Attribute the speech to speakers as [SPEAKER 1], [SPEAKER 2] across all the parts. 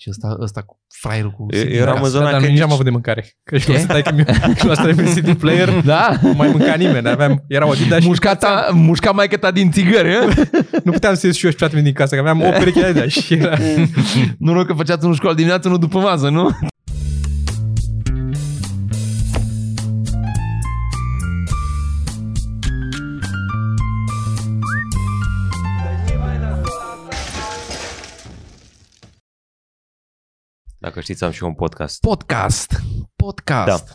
[SPEAKER 1] Și ăsta, ăsta cu fraierul cu
[SPEAKER 2] E-
[SPEAKER 1] CD
[SPEAKER 2] eram
[SPEAKER 1] acasă.
[SPEAKER 2] în zona
[SPEAKER 3] da, dar
[SPEAKER 2] că
[SPEAKER 3] nici
[SPEAKER 2] nici-
[SPEAKER 3] am avut de mâncare. Că și
[SPEAKER 1] Ce?
[SPEAKER 3] la stai că mi- că la stai pe CD player,
[SPEAKER 1] Da?
[SPEAKER 3] nu mai mânca nimeni. Aveam, era o dita și
[SPEAKER 1] Mușca, ta, mușca maică ta din țigări, eh?
[SPEAKER 3] nu puteam să ies și eu și toate mine din casă, că aveam o pereche de alea și era...
[SPEAKER 1] Nu, nu, că făceați unul școală dimineața, unul după masă, nu?
[SPEAKER 2] Dacă știți, am și eu un podcast.
[SPEAKER 1] Podcast. Podcast.
[SPEAKER 2] Da.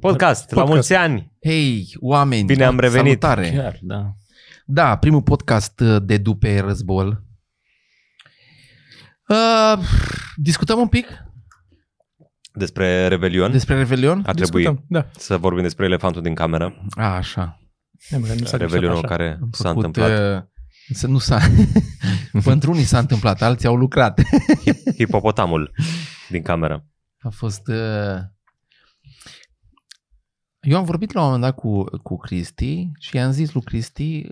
[SPEAKER 2] Podcast, la
[SPEAKER 3] Podcast.
[SPEAKER 2] mulți ani!
[SPEAKER 1] Hei, oameni.
[SPEAKER 2] Bine am revenit.
[SPEAKER 1] Salutare.
[SPEAKER 4] Chiar, da.
[SPEAKER 1] Da, primul podcast uh, de după războl. Uh, discutăm un pic
[SPEAKER 2] Despre Revelion.
[SPEAKER 1] despre Revelion?
[SPEAKER 2] Ar trebui
[SPEAKER 3] Discutăm, Da.
[SPEAKER 2] să vorbim despre elefantul din cameră.
[SPEAKER 1] A, așa.
[SPEAKER 3] Ne, mă, nu s-a
[SPEAKER 2] Revelionul
[SPEAKER 3] discutat așa.
[SPEAKER 2] care
[SPEAKER 1] Am
[SPEAKER 2] s-a
[SPEAKER 1] făcut,
[SPEAKER 2] întâmplat.
[SPEAKER 1] uh, Să nu s-a... Pentru unii s-a întâmplat, alții au lucrat.
[SPEAKER 2] Hipopotamul din cameră.
[SPEAKER 1] A fost... uh, Eu am vorbit la un moment dat cu, cu Cristi și i-am zis lui Cristi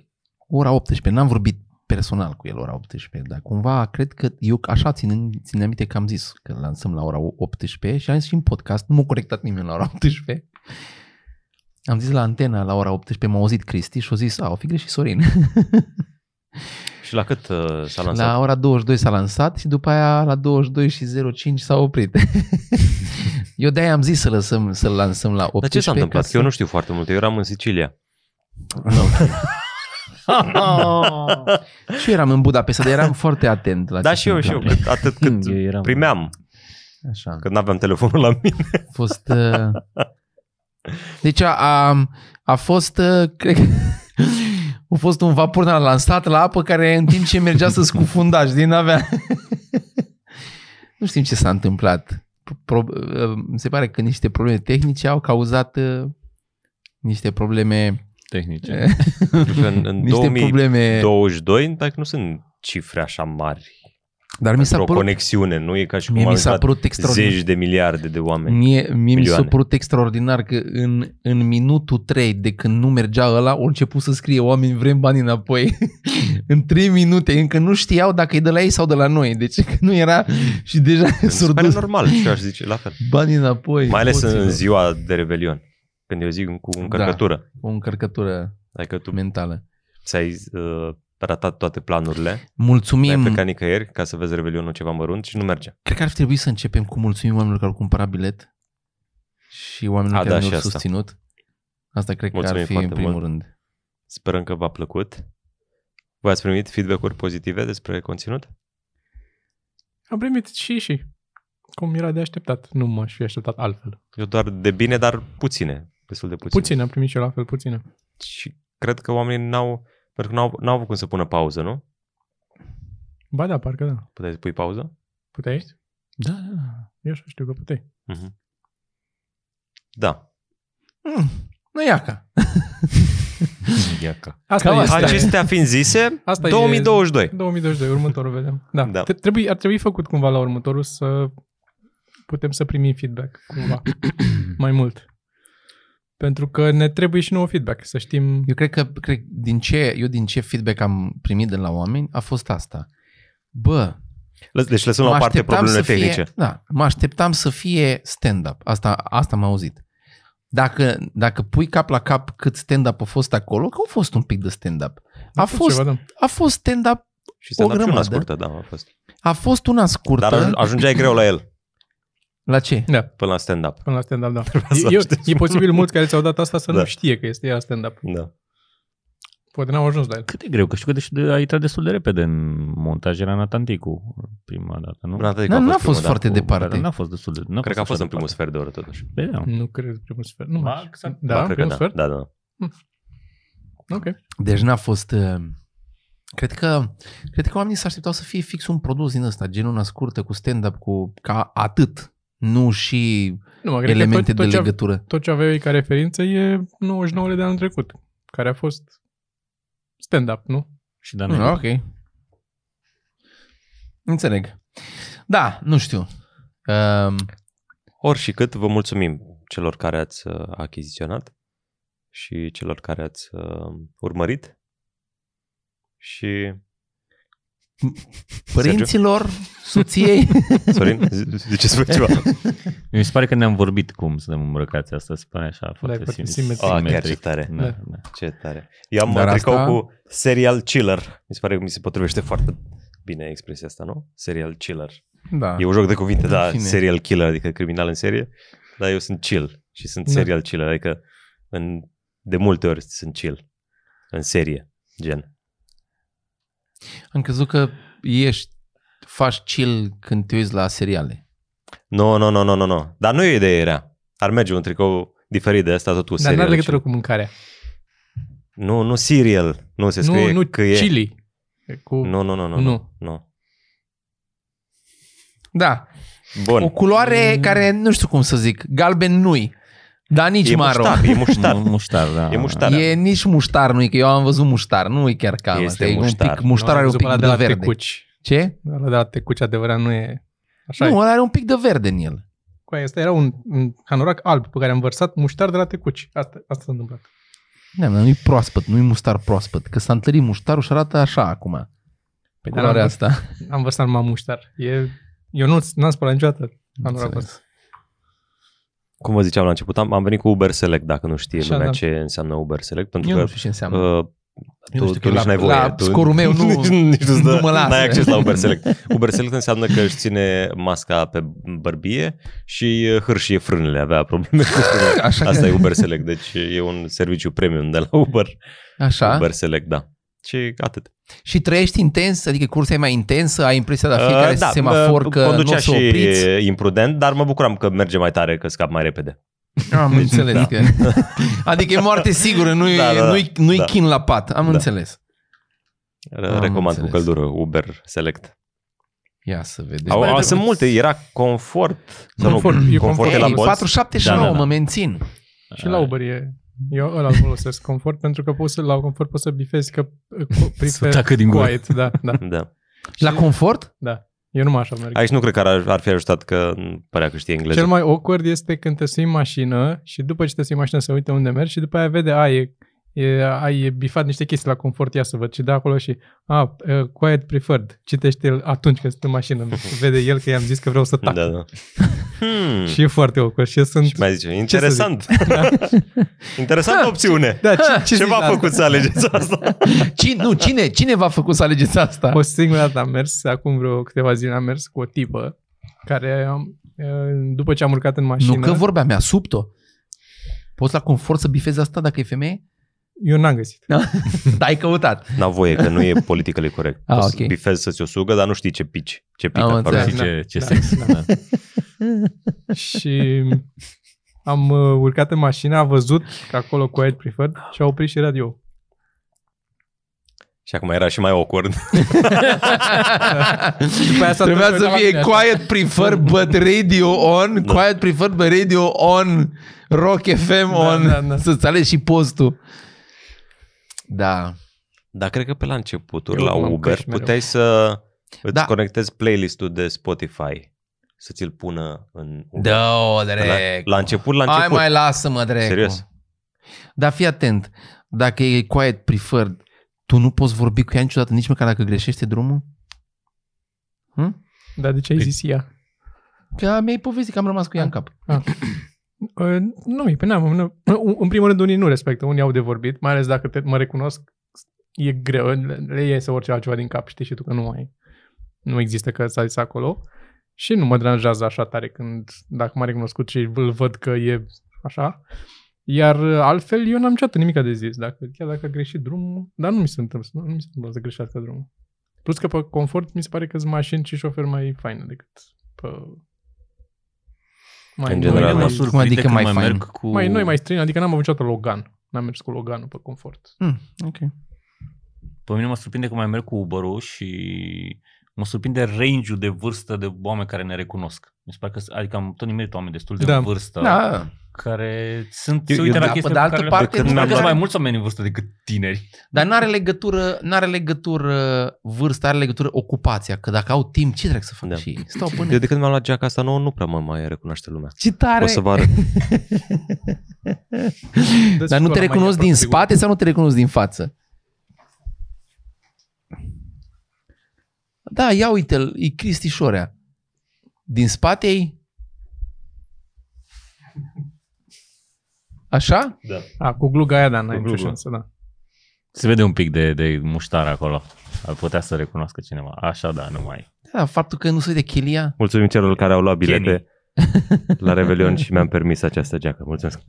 [SPEAKER 1] ora 18. N-am vorbit personal cu el ora 18, dar cumva cred că eu așa țin, țin aminte că am zis că lansăm la ora 18 și am zis și în podcast, nu m-a corectat nimeni la ora 18. Am zis la antena la ora 18, m-a auzit Cristi și a zis, a, o fi greșit Sorin.
[SPEAKER 2] Și la cât uh, s-a lansat?
[SPEAKER 1] La ora 22 s-a lansat și după aia la 22 și 05 s-a oprit. Eu de-aia am zis să lăsăm, să lansăm la 18.
[SPEAKER 2] Dar ce s-a întâmplat?
[SPEAKER 1] ca
[SPEAKER 2] Că eu nu știu foarte mult. Eu eram în Sicilia.
[SPEAKER 4] Ah.
[SPEAKER 1] să- Și eu eram în Budapesta, dar eram foarte atent la
[SPEAKER 2] Da,
[SPEAKER 1] ce
[SPEAKER 2] și
[SPEAKER 1] se
[SPEAKER 2] eu, și eu.
[SPEAKER 1] întâmpla.
[SPEAKER 2] Cât, atât cât
[SPEAKER 4] Eu eram-
[SPEAKER 2] primeam,
[SPEAKER 1] Așa.
[SPEAKER 2] că n-aveam telefonul la mine.
[SPEAKER 1] A fost... uh, Deci a, a, a fost, uh, cred că, a fost un vapor de la lansat la apă care în timp ce mergea să scufunda, știi, n-avea... Nu știm ce s-a întâmplat. Pro, uh, mi se pare că niște probleme tehnice au cauzat uh, niște probleme...
[SPEAKER 4] Tehnice.
[SPEAKER 2] Că în, în
[SPEAKER 1] niște probleme...
[SPEAKER 2] 2022, dacă nu sunt cifre așa mari.
[SPEAKER 1] Dar mi s-a
[SPEAKER 2] o
[SPEAKER 1] părut,
[SPEAKER 2] conexiune, nu e ca și cum
[SPEAKER 1] mie
[SPEAKER 2] au
[SPEAKER 1] mi s-a
[SPEAKER 2] intrat
[SPEAKER 1] părut extraordinar.
[SPEAKER 2] zeci de miliarde de oameni.
[SPEAKER 1] Mie, mie mi s-a
[SPEAKER 2] Milioane.
[SPEAKER 1] părut extraordinar că în, în minutul 3 de când nu mergea ăla, au început să scrie oameni vrem bani înapoi. în 3 minute, încă nu știau dacă e de la ei sau de la noi. Deci că nu era și deja
[SPEAKER 2] Mi se pare
[SPEAKER 1] surdus
[SPEAKER 2] normal și eu aș zice la fel.
[SPEAKER 1] bani înapoi.
[SPEAKER 2] Mai ales în
[SPEAKER 1] Hoților.
[SPEAKER 2] ziua de Revelion, când eu zic cu încărcătură.
[SPEAKER 1] O
[SPEAKER 2] Da.
[SPEAKER 1] încărcătură
[SPEAKER 2] Adică tu
[SPEAKER 1] mentală.
[SPEAKER 2] ți-ai uh, ratat toate planurile, n-ai
[SPEAKER 1] Mulțumim.
[SPEAKER 2] plecat nicăieri ca să vezi Revelionul ceva mărunt și nu merge.
[SPEAKER 1] Cred că ar fi trebuit să începem cu mulțumim oamenilor care au cumpărat bilet și oamenilor
[SPEAKER 2] A,
[SPEAKER 1] care
[SPEAKER 2] da,
[SPEAKER 1] ne-au
[SPEAKER 2] și asta.
[SPEAKER 1] susținut. Asta cred că
[SPEAKER 2] Mulțumim
[SPEAKER 1] ar fi în
[SPEAKER 2] foarte
[SPEAKER 1] primul
[SPEAKER 2] mult.
[SPEAKER 1] rând.
[SPEAKER 2] Sperăm că v-a plăcut. Voi ați primit feedback-uri pozitive despre conținut?
[SPEAKER 3] Am primit și și. Cum era de așteptat. Nu m-aș fi așteptat altfel.
[SPEAKER 2] Eu doar de bine, dar puține. Destul de puține.
[SPEAKER 3] Puțin, am primit și eu la fel, puține.
[SPEAKER 2] Și cred că oamenii n-au... Pentru că n-au, n-au avut cum să pună pauză, nu?
[SPEAKER 3] Ba da, parcă da.
[SPEAKER 2] Puteai să pui pauză?
[SPEAKER 3] Puteai?
[SPEAKER 1] Da, da, da.
[SPEAKER 3] Eu așa știu că puteai.
[SPEAKER 2] Mm-hmm. Da.
[SPEAKER 1] Mm, nu e aca.
[SPEAKER 2] Iaca.
[SPEAKER 3] Asta
[SPEAKER 1] Cam
[SPEAKER 3] este.
[SPEAKER 2] Acestea fiind zise,
[SPEAKER 3] Asta
[SPEAKER 2] Asta
[SPEAKER 3] e-
[SPEAKER 2] 2022.
[SPEAKER 3] Păi 2022, următorul vedem. Da.
[SPEAKER 2] Da.
[SPEAKER 3] da. Trebuie, ar trebui făcut cumva la următorul să putem să primim feedback cumva mai mult. Pentru că ne trebuie și nouă feedback, să știm.
[SPEAKER 1] Eu cred că cred, din ce, eu din ce feedback am primit de la oameni a fost asta. Bă,
[SPEAKER 2] Lăs- Deci lăsăm
[SPEAKER 1] mă
[SPEAKER 2] la o parte
[SPEAKER 1] așteptam
[SPEAKER 2] problemele
[SPEAKER 1] să fie,
[SPEAKER 2] tehnice.
[SPEAKER 1] Da, mă așteptam să fie stand-up. Asta, asta m-a auzit. Dacă, dacă pui cap la cap cât stand-up a fost acolo, că a fost un pic de stand-up. A fost,
[SPEAKER 3] Ceva, da.
[SPEAKER 1] a fost stand-up,
[SPEAKER 2] Și stand-up și una
[SPEAKER 1] grămadă.
[SPEAKER 2] scurtă, da, a fost.
[SPEAKER 1] a fost una scurtă.
[SPEAKER 2] Dar aj- ajungeai greu la el,
[SPEAKER 1] La ce?
[SPEAKER 3] da.
[SPEAKER 2] până la stand-up.
[SPEAKER 3] Până la stand-up, da.
[SPEAKER 2] să
[SPEAKER 3] E, eu,
[SPEAKER 2] aștepți.
[SPEAKER 3] e posibil mulți care ți-au dat asta să
[SPEAKER 2] Da.
[SPEAKER 3] nu știe că este ea stand-up.
[SPEAKER 2] Da.
[SPEAKER 3] Poate n-au ajuns la el.
[SPEAKER 4] Cât de greu, că știu că de- a intrat destul de repede în montaj, era Nathan Ticu prima dată, nu?
[SPEAKER 2] Nu, atât că
[SPEAKER 1] N-a,
[SPEAKER 2] a
[SPEAKER 1] n-a fost
[SPEAKER 2] primul, da.
[SPEAKER 1] foarte
[SPEAKER 4] Cu-
[SPEAKER 1] departe.
[SPEAKER 4] Dar n-a fost destul de... N-a
[SPEAKER 2] Cred că a fost în primul
[SPEAKER 4] sfert.
[SPEAKER 2] sfert de oră, totuși.
[SPEAKER 4] Da.
[SPEAKER 3] Nu cred primul sfert. Nu
[SPEAKER 4] Ba,
[SPEAKER 3] mai
[SPEAKER 4] exact.
[SPEAKER 3] Da,
[SPEAKER 2] Ba,
[SPEAKER 3] da
[SPEAKER 2] cred
[SPEAKER 3] primul
[SPEAKER 2] că
[SPEAKER 3] sfert?
[SPEAKER 2] Da, da, da.
[SPEAKER 3] Ok.
[SPEAKER 1] Deci n-a fost... uh, Cred că, cred că oamenii se așteptau să fie fix un produs din ăsta, gen una scurtă cu stand-up, cu ca atât, nu și
[SPEAKER 3] Nu, mă, cred
[SPEAKER 1] elemente
[SPEAKER 3] că tot, tot,
[SPEAKER 1] de
[SPEAKER 3] ce, ave-
[SPEAKER 1] legătură.
[SPEAKER 3] tot ce aveai ca referință e 99 de anul trecut, care a fost stand-up, nu?
[SPEAKER 4] Și Dan
[SPEAKER 1] Mm,
[SPEAKER 3] Da.
[SPEAKER 4] Negru.
[SPEAKER 1] ok. Înțeleg. Da, nu știu. Um,
[SPEAKER 2] Ori și cât, vă mulțumim celor care ați uh, achiziționat și celor care ați uh, urmărit și
[SPEAKER 1] părinților, soției.
[SPEAKER 2] Sorin, zi- ziceți voi ceva.
[SPEAKER 4] Mi se pare că ne-am vorbit cum să îmbrăcați asta, se pare așa, foarte
[SPEAKER 3] Da, foarte
[SPEAKER 4] sim-
[SPEAKER 3] simetric.
[SPEAKER 2] Ah,
[SPEAKER 4] simetric.
[SPEAKER 2] chiar ce tare.
[SPEAKER 4] Da,
[SPEAKER 3] Da.
[SPEAKER 4] da.
[SPEAKER 2] Ce tare. Eu am
[SPEAKER 1] Dar
[SPEAKER 2] Dar tricou
[SPEAKER 1] asta-
[SPEAKER 2] asta... cu serial chiller. Mi se pare că mi se potrivește foarte bine expresia asta, nu? Serial chiller.
[SPEAKER 1] Da.
[SPEAKER 2] E un joc de cuvinte, da,
[SPEAKER 1] Fine.
[SPEAKER 2] serial killer, adică criminal în serie, dar eu sunt chill și sunt
[SPEAKER 3] Da.
[SPEAKER 2] serial killer, adică în, de multe ori sunt chill în serie, gen.
[SPEAKER 1] Am crezut că ești, faci chill când te uiți la seriale.
[SPEAKER 2] Nu, nu, nu, nu, nu, nu. Dar nu e o idee rea. Ar merge un tricou diferit de asta, tot cu
[SPEAKER 3] Dar
[SPEAKER 2] serial.
[SPEAKER 3] n-are legătură
[SPEAKER 2] chill.
[SPEAKER 3] cu mâncarea.
[SPEAKER 2] Nu, nu serial. Nu se scrie
[SPEAKER 3] Nu, nu
[SPEAKER 2] că e.
[SPEAKER 3] chili. E Cu...
[SPEAKER 2] Nu, nu, nu, nu,
[SPEAKER 3] Nu.
[SPEAKER 2] nu. nu.
[SPEAKER 1] Da,
[SPEAKER 2] Bun.
[SPEAKER 1] o
[SPEAKER 3] Mm.
[SPEAKER 1] culoare care nu știu cum să zic, galben nu-i, dar nici
[SPEAKER 2] e
[SPEAKER 1] maro.
[SPEAKER 2] muștar, e muștar.
[SPEAKER 4] Mu- Muștar, da.
[SPEAKER 2] E muștar.
[SPEAKER 1] E nici muștar nu-i, că eu am văzut muștar, nu e chiar ca
[SPEAKER 2] Este
[SPEAKER 1] asta, e
[SPEAKER 2] muștar.
[SPEAKER 1] un pic, muștar
[SPEAKER 3] Nu,
[SPEAKER 1] are un
[SPEAKER 3] am
[SPEAKER 1] pic
[SPEAKER 3] zis
[SPEAKER 1] de,
[SPEAKER 3] ăla
[SPEAKER 1] verde.
[SPEAKER 3] Tecuci.
[SPEAKER 1] Ce?
[SPEAKER 3] Ăla de la tecuci adevărat nu e... Așa
[SPEAKER 1] Nu,
[SPEAKER 3] e.
[SPEAKER 1] ăla are un pic de verde în el.
[SPEAKER 3] Cu aia, asta era un, un hanorac alb pe care am vărsat muștar de la tecuci. Asta, asta s-a întâmplat.
[SPEAKER 1] Da, dar nu-i proaspăt, nu-i muștar proaspăt, că s-a întărit muștarul și arată așa acum. Pe
[SPEAKER 3] dar
[SPEAKER 1] culoarea
[SPEAKER 3] am-
[SPEAKER 1] asta.
[SPEAKER 3] Am vărsat numai muștar. E... Eu nu, n-am spălat niciodată hanoracul
[SPEAKER 1] Înțeles.
[SPEAKER 3] ăsta.
[SPEAKER 2] Cum vă ziceam la început, am, am venit cu Uber Select, dacă nu știe
[SPEAKER 3] Așa,
[SPEAKER 2] lumea
[SPEAKER 3] da.
[SPEAKER 2] ce înseamnă Uber Select, pentru
[SPEAKER 1] Eu
[SPEAKER 2] că
[SPEAKER 1] nu știu ce înseamnă.
[SPEAKER 2] Uh,
[SPEAKER 1] Eu
[SPEAKER 2] tu,
[SPEAKER 1] știu că
[SPEAKER 2] tu nici
[SPEAKER 1] la-
[SPEAKER 2] n-ai voie.
[SPEAKER 1] la
[SPEAKER 2] tu,
[SPEAKER 1] scorul meu nu-
[SPEAKER 2] nici, nici nu-ți
[SPEAKER 1] nu
[SPEAKER 2] dă-
[SPEAKER 1] mă lasă.
[SPEAKER 2] N-ai acces la Uber Select. Uber Select înseamnă că își ține masca pe bărbie și uh, hârșie frânele, avea probleme cu frânele.
[SPEAKER 1] Așa
[SPEAKER 2] Asta
[SPEAKER 1] că-
[SPEAKER 2] e Uber Select, deci e un serviciu premium de la Uber.
[SPEAKER 1] Așa.
[SPEAKER 2] Uber Select, da. Și atât.
[SPEAKER 1] Și trăiești intens, adică cursa e mai intensă, ai impresia de la fiecare
[SPEAKER 2] Uh,
[SPEAKER 1] uh, da, semafor
[SPEAKER 2] uh,
[SPEAKER 1] că nu o
[SPEAKER 2] conducea
[SPEAKER 1] să
[SPEAKER 2] și
[SPEAKER 1] opriți.
[SPEAKER 2] imprudent, dar mă bucuram că merge mai tare, că scap mai repede.
[SPEAKER 1] Am înțeles că... Adică e moarte sigură, nu-i,
[SPEAKER 2] Da, da, da.
[SPEAKER 1] nu-i, nu-i
[SPEAKER 2] Da.
[SPEAKER 1] chin la pat. Am
[SPEAKER 2] Da.
[SPEAKER 1] înțeles. Am
[SPEAKER 2] Recomand cu
[SPEAKER 1] înțeles.
[SPEAKER 2] căldură Uber Select.
[SPEAKER 1] Ia să vedem.
[SPEAKER 2] Au,
[SPEAKER 1] Bă,
[SPEAKER 2] au,
[SPEAKER 1] bă,
[SPEAKER 2] sunt
[SPEAKER 1] bă,
[SPEAKER 2] multe, era confort. sau nu,
[SPEAKER 3] Confort, e
[SPEAKER 2] confort
[SPEAKER 3] confort.
[SPEAKER 2] e la
[SPEAKER 1] Ei,
[SPEAKER 2] bolți.
[SPEAKER 1] 479
[SPEAKER 4] Da, da, da.
[SPEAKER 1] mă mențin.
[SPEAKER 3] Și la Uber e... Eu ăla îl folosesc confort pentru că poți să, la confort poți să bifezi că
[SPEAKER 4] Să
[SPEAKER 3] prefer
[SPEAKER 4] tacă din gură.
[SPEAKER 3] quiet. Da, da.
[SPEAKER 2] Da.
[SPEAKER 1] La confort?
[SPEAKER 3] Eu numai așa merg.
[SPEAKER 2] Aici nu cred că ar, ar fi ajutat că m, părea că știe engleză.
[SPEAKER 3] Cel mai awkward este când te sui în mașină și după ce te sui în mașină să uite unde mergi și după aia vede, a, e, e, a, e bifat niște chestii la confort, ia să văd. Și de acolo și, a, uh, quiet preferred, citește el atunci când sunt în mașină. Vede el că i-am zis că vreau să tac.
[SPEAKER 2] Da, da. Hmm.
[SPEAKER 3] Și e foarte awkward și eu sunt...
[SPEAKER 2] Și mai zice, interesant. Interesantă opțiune.
[SPEAKER 3] Da, ce, ce
[SPEAKER 2] Ce
[SPEAKER 3] zici la
[SPEAKER 2] v-a
[SPEAKER 3] asta?
[SPEAKER 2] făcut să alegeți asta?
[SPEAKER 1] Cine, nu, cine, cine v-a făcut să alegeți asta?
[SPEAKER 3] O singură dată am mers, acum vreo câteva zile am mers cu o tipă care, um, după ce am urcat în mașină,
[SPEAKER 1] Nu că vorbeam, mi-a subt-o. Poți la confort să bifezi asta dacă e femeie?
[SPEAKER 3] eu n-am găsit.
[SPEAKER 1] Da, ai căutat.
[SPEAKER 2] N-au voie, că nu e politically corect.
[SPEAKER 1] Ah,
[SPEAKER 2] Poți să
[SPEAKER 1] ok.
[SPEAKER 2] bifezi să-ți o sugă, dar nu știi ce pici. Ce pică.
[SPEAKER 1] Am
[SPEAKER 2] acolo.
[SPEAKER 1] înțeles.
[SPEAKER 4] Știi ce, ce
[SPEAKER 3] Da,
[SPEAKER 4] sex.
[SPEAKER 3] da.
[SPEAKER 4] Da.
[SPEAKER 3] și am uh, urcat în mașină, a văzut că acolo cu Ed Preferred și a oprit și radio.
[SPEAKER 2] Și acum era și mai awkward.
[SPEAKER 3] După aia s-a
[SPEAKER 1] Trebuia
[SPEAKER 3] întors
[SPEAKER 1] să
[SPEAKER 3] la
[SPEAKER 1] fie
[SPEAKER 3] mine așa.
[SPEAKER 1] quiet prefer but radio on,
[SPEAKER 2] Da.
[SPEAKER 1] quiet prefer but radio on, rock FM
[SPEAKER 3] Da,
[SPEAKER 1] on,
[SPEAKER 3] da, da.
[SPEAKER 1] să-ți alegi și postul. Da.
[SPEAKER 2] Dar cred că pe la începuturi,
[SPEAKER 3] Eu
[SPEAKER 2] la
[SPEAKER 3] m-am
[SPEAKER 2] Uber,
[SPEAKER 3] căști mereu.
[SPEAKER 2] puteai să îți
[SPEAKER 1] Da.
[SPEAKER 2] conectezi playlist-ul de Spotify. Să ți-l pună în Uber.
[SPEAKER 1] Da,
[SPEAKER 2] La,
[SPEAKER 1] drept.
[SPEAKER 2] la început, la
[SPEAKER 1] Hai
[SPEAKER 2] început.
[SPEAKER 1] mai lasă-mă, drept.
[SPEAKER 2] Serios.
[SPEAKER 1] Dar fii atent, dacă e quiet preferred, tu nu poți vorbi cu ea niciodată, nici măcar dacă greșește drumul? Hm?
[SPEAKER 3] Dar de ce ai zis ea?
[SPEAKER 1] Că mi-ai povestit că am rămas cu ea în cap.
[SPEAKER 3] Uh, Nu, pe n-am, nu. În primul rând, unii nu respectă, unii au de vorbit, mai ales dacă te, mă recunosc, e greu, le, le iese orice altceva din cap, știi și tu că nu ai. Nu există că s-a zis acolo. Și nu mă deranjează așa tare când, dacă m-a recunoscut și îl văd că e așa. Iar uh, altfel, eu n-am niciodată nimic de zis. Dacă, chiar dacă a greșit drumul, dar nu mi se întâmplă, nu, nu mi se întâmplă să greșească drumul. Plus că pe confort mi se pare că sunt mașini și șoferi mai faină decât pe...
[SPEAKER 2] În
[SPEAKER 3] noi,
[SPEAKER 2] general,
[SPEAKER 4] General, mă
[SPEAKER 2] mai-
[SPEAKER 4] surprinde
[SPEAKER 1] Cum adică
[SPEAKER 4] când
[SPEAKER 1] mai
[SPEAKER 4] mai
[SPEAKER 1] fain?
[SPEAKER 4] merg cu...
[SPEAKER 3] mai noi, mai străini, adică n-am avut niciodată Logan. N-am mers cu Loganul pe confort.
[SPEAKER 1] Hm, ok.
[SPEAKER 4] Pe mine mă surprinde că mai merg cu uber și mă surprinde range-ul de vârstă de oameni care ne recunosc. Mi se pare că, adică am tot nimerit oameni destul de
[SPEAKER 3] Da.
[SPEAKER 4] în vârstă
[SPEAKER 1] Da.
[SPEAKER 4] care sunt, se
[SPEAKER 2] Eu-
[SPEAKER 4] uită
[SPEAKER 2] eu-
[SPEAKER 4] la
[SPEAKER 1] da,
[SPEAKER 4] chestii
[SPEAKER 1] pe de
[SPEAKER 4] pe
[SPEAKER 1] altă
[SPEAKER 4] care
[SPEAKER 1] parte,
[SPEAKER 4] le...
[SPEAKER 2] nu
[SPEAKER 4] Cred că
[SPEAKER 2] doar-
[SPEAKER 4] sunt mai mulți oameni în vârstă decât tineri.
[SPEAKER 1] Dar n-are legătură, n-are legătură vârsta, are legătură ocupația, că dacă au timp, ce trebuie să fac
[SPEAKER 2] Da.
[SPEAKER 1] da. și ei? Stau până...
[SPEAKER 2] Eu de când mi-am luat geaca asta nouă, nu prea mă mai recunoaște lumea.
[SPEAKER 1] Ce tare!
[SPEAKER 2] O să vă arăt.
[SPEAKER 3] Dă-ți
[SPEAKER 1] Dar nu
[SPEAKER 3] pula
[SPEAKER 1] te
[SPEAKER 3] Deci mai
[SPEAKER 1] recunosc
[SPEAKER 3] aproape,
[SPEAKER 1] din
[SPEAKER 3] sigur.
[SPEAKER 1] spate sau nu te recunosc din față? Da, ia uite-l, e Cristi Șorea. Din spate ei... Așa?
[SPEAKER 2] Da.
[SPEAKER 3] A, cu gluga aia, da, n-ai nicio
[SPEAKER 2] gluga.
[SPEAKER 3] șansă, da.
[SPEAKER 4] Se vede un pic de, de muștar acolo. Ar putea să recunoască cineva. Așa, da, nu mai.
[SPEAKER 1] Da, faptul că nu se de Chilia.
[SPEAKER 2] Mulțumim celor care au luat bilete
[SPEAKER 4] Kenny.
[SPEAKER 2] la Revelion și mi-am permis această geacă. Mulțumesc.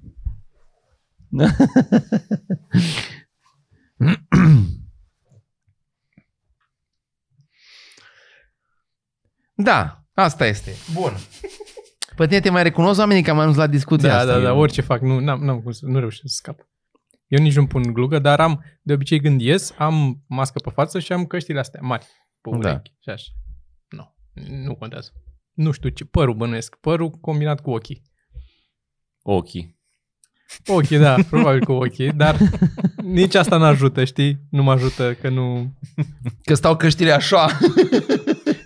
[SPEAKER 1] Da, asta este. Bun. Pe tine te mai recunosc oamenii că am ajuns la discuția
[SPEAKER 3] Da,
[SPEAKER 1] asta.
[SPEAKER 3] da, da,
[SPEAKER 1] Eu-
[SPEAKER 3] orice fac, nu, n-am, n-am cum să, nu reușesc să scap. Eu nici nu pun glugă, dar am, de obicei când ies, am mască pe față și am căștile astea mari, pe
[SPEAKER 1] Da.
[SPEAKER 3] urechi și așa. Nu, nu contează. Nu știu ce, părul bănuiesc, părul combinat cu ochii.
[SPEAKER 4] Ochii.
[SPEAKER 3] Ochii, da, probabil cu ochii, dar nici asta nu ajută, știi? Nu mă ajută că nu...
[SPEAKER 1] Că stau căștile așa.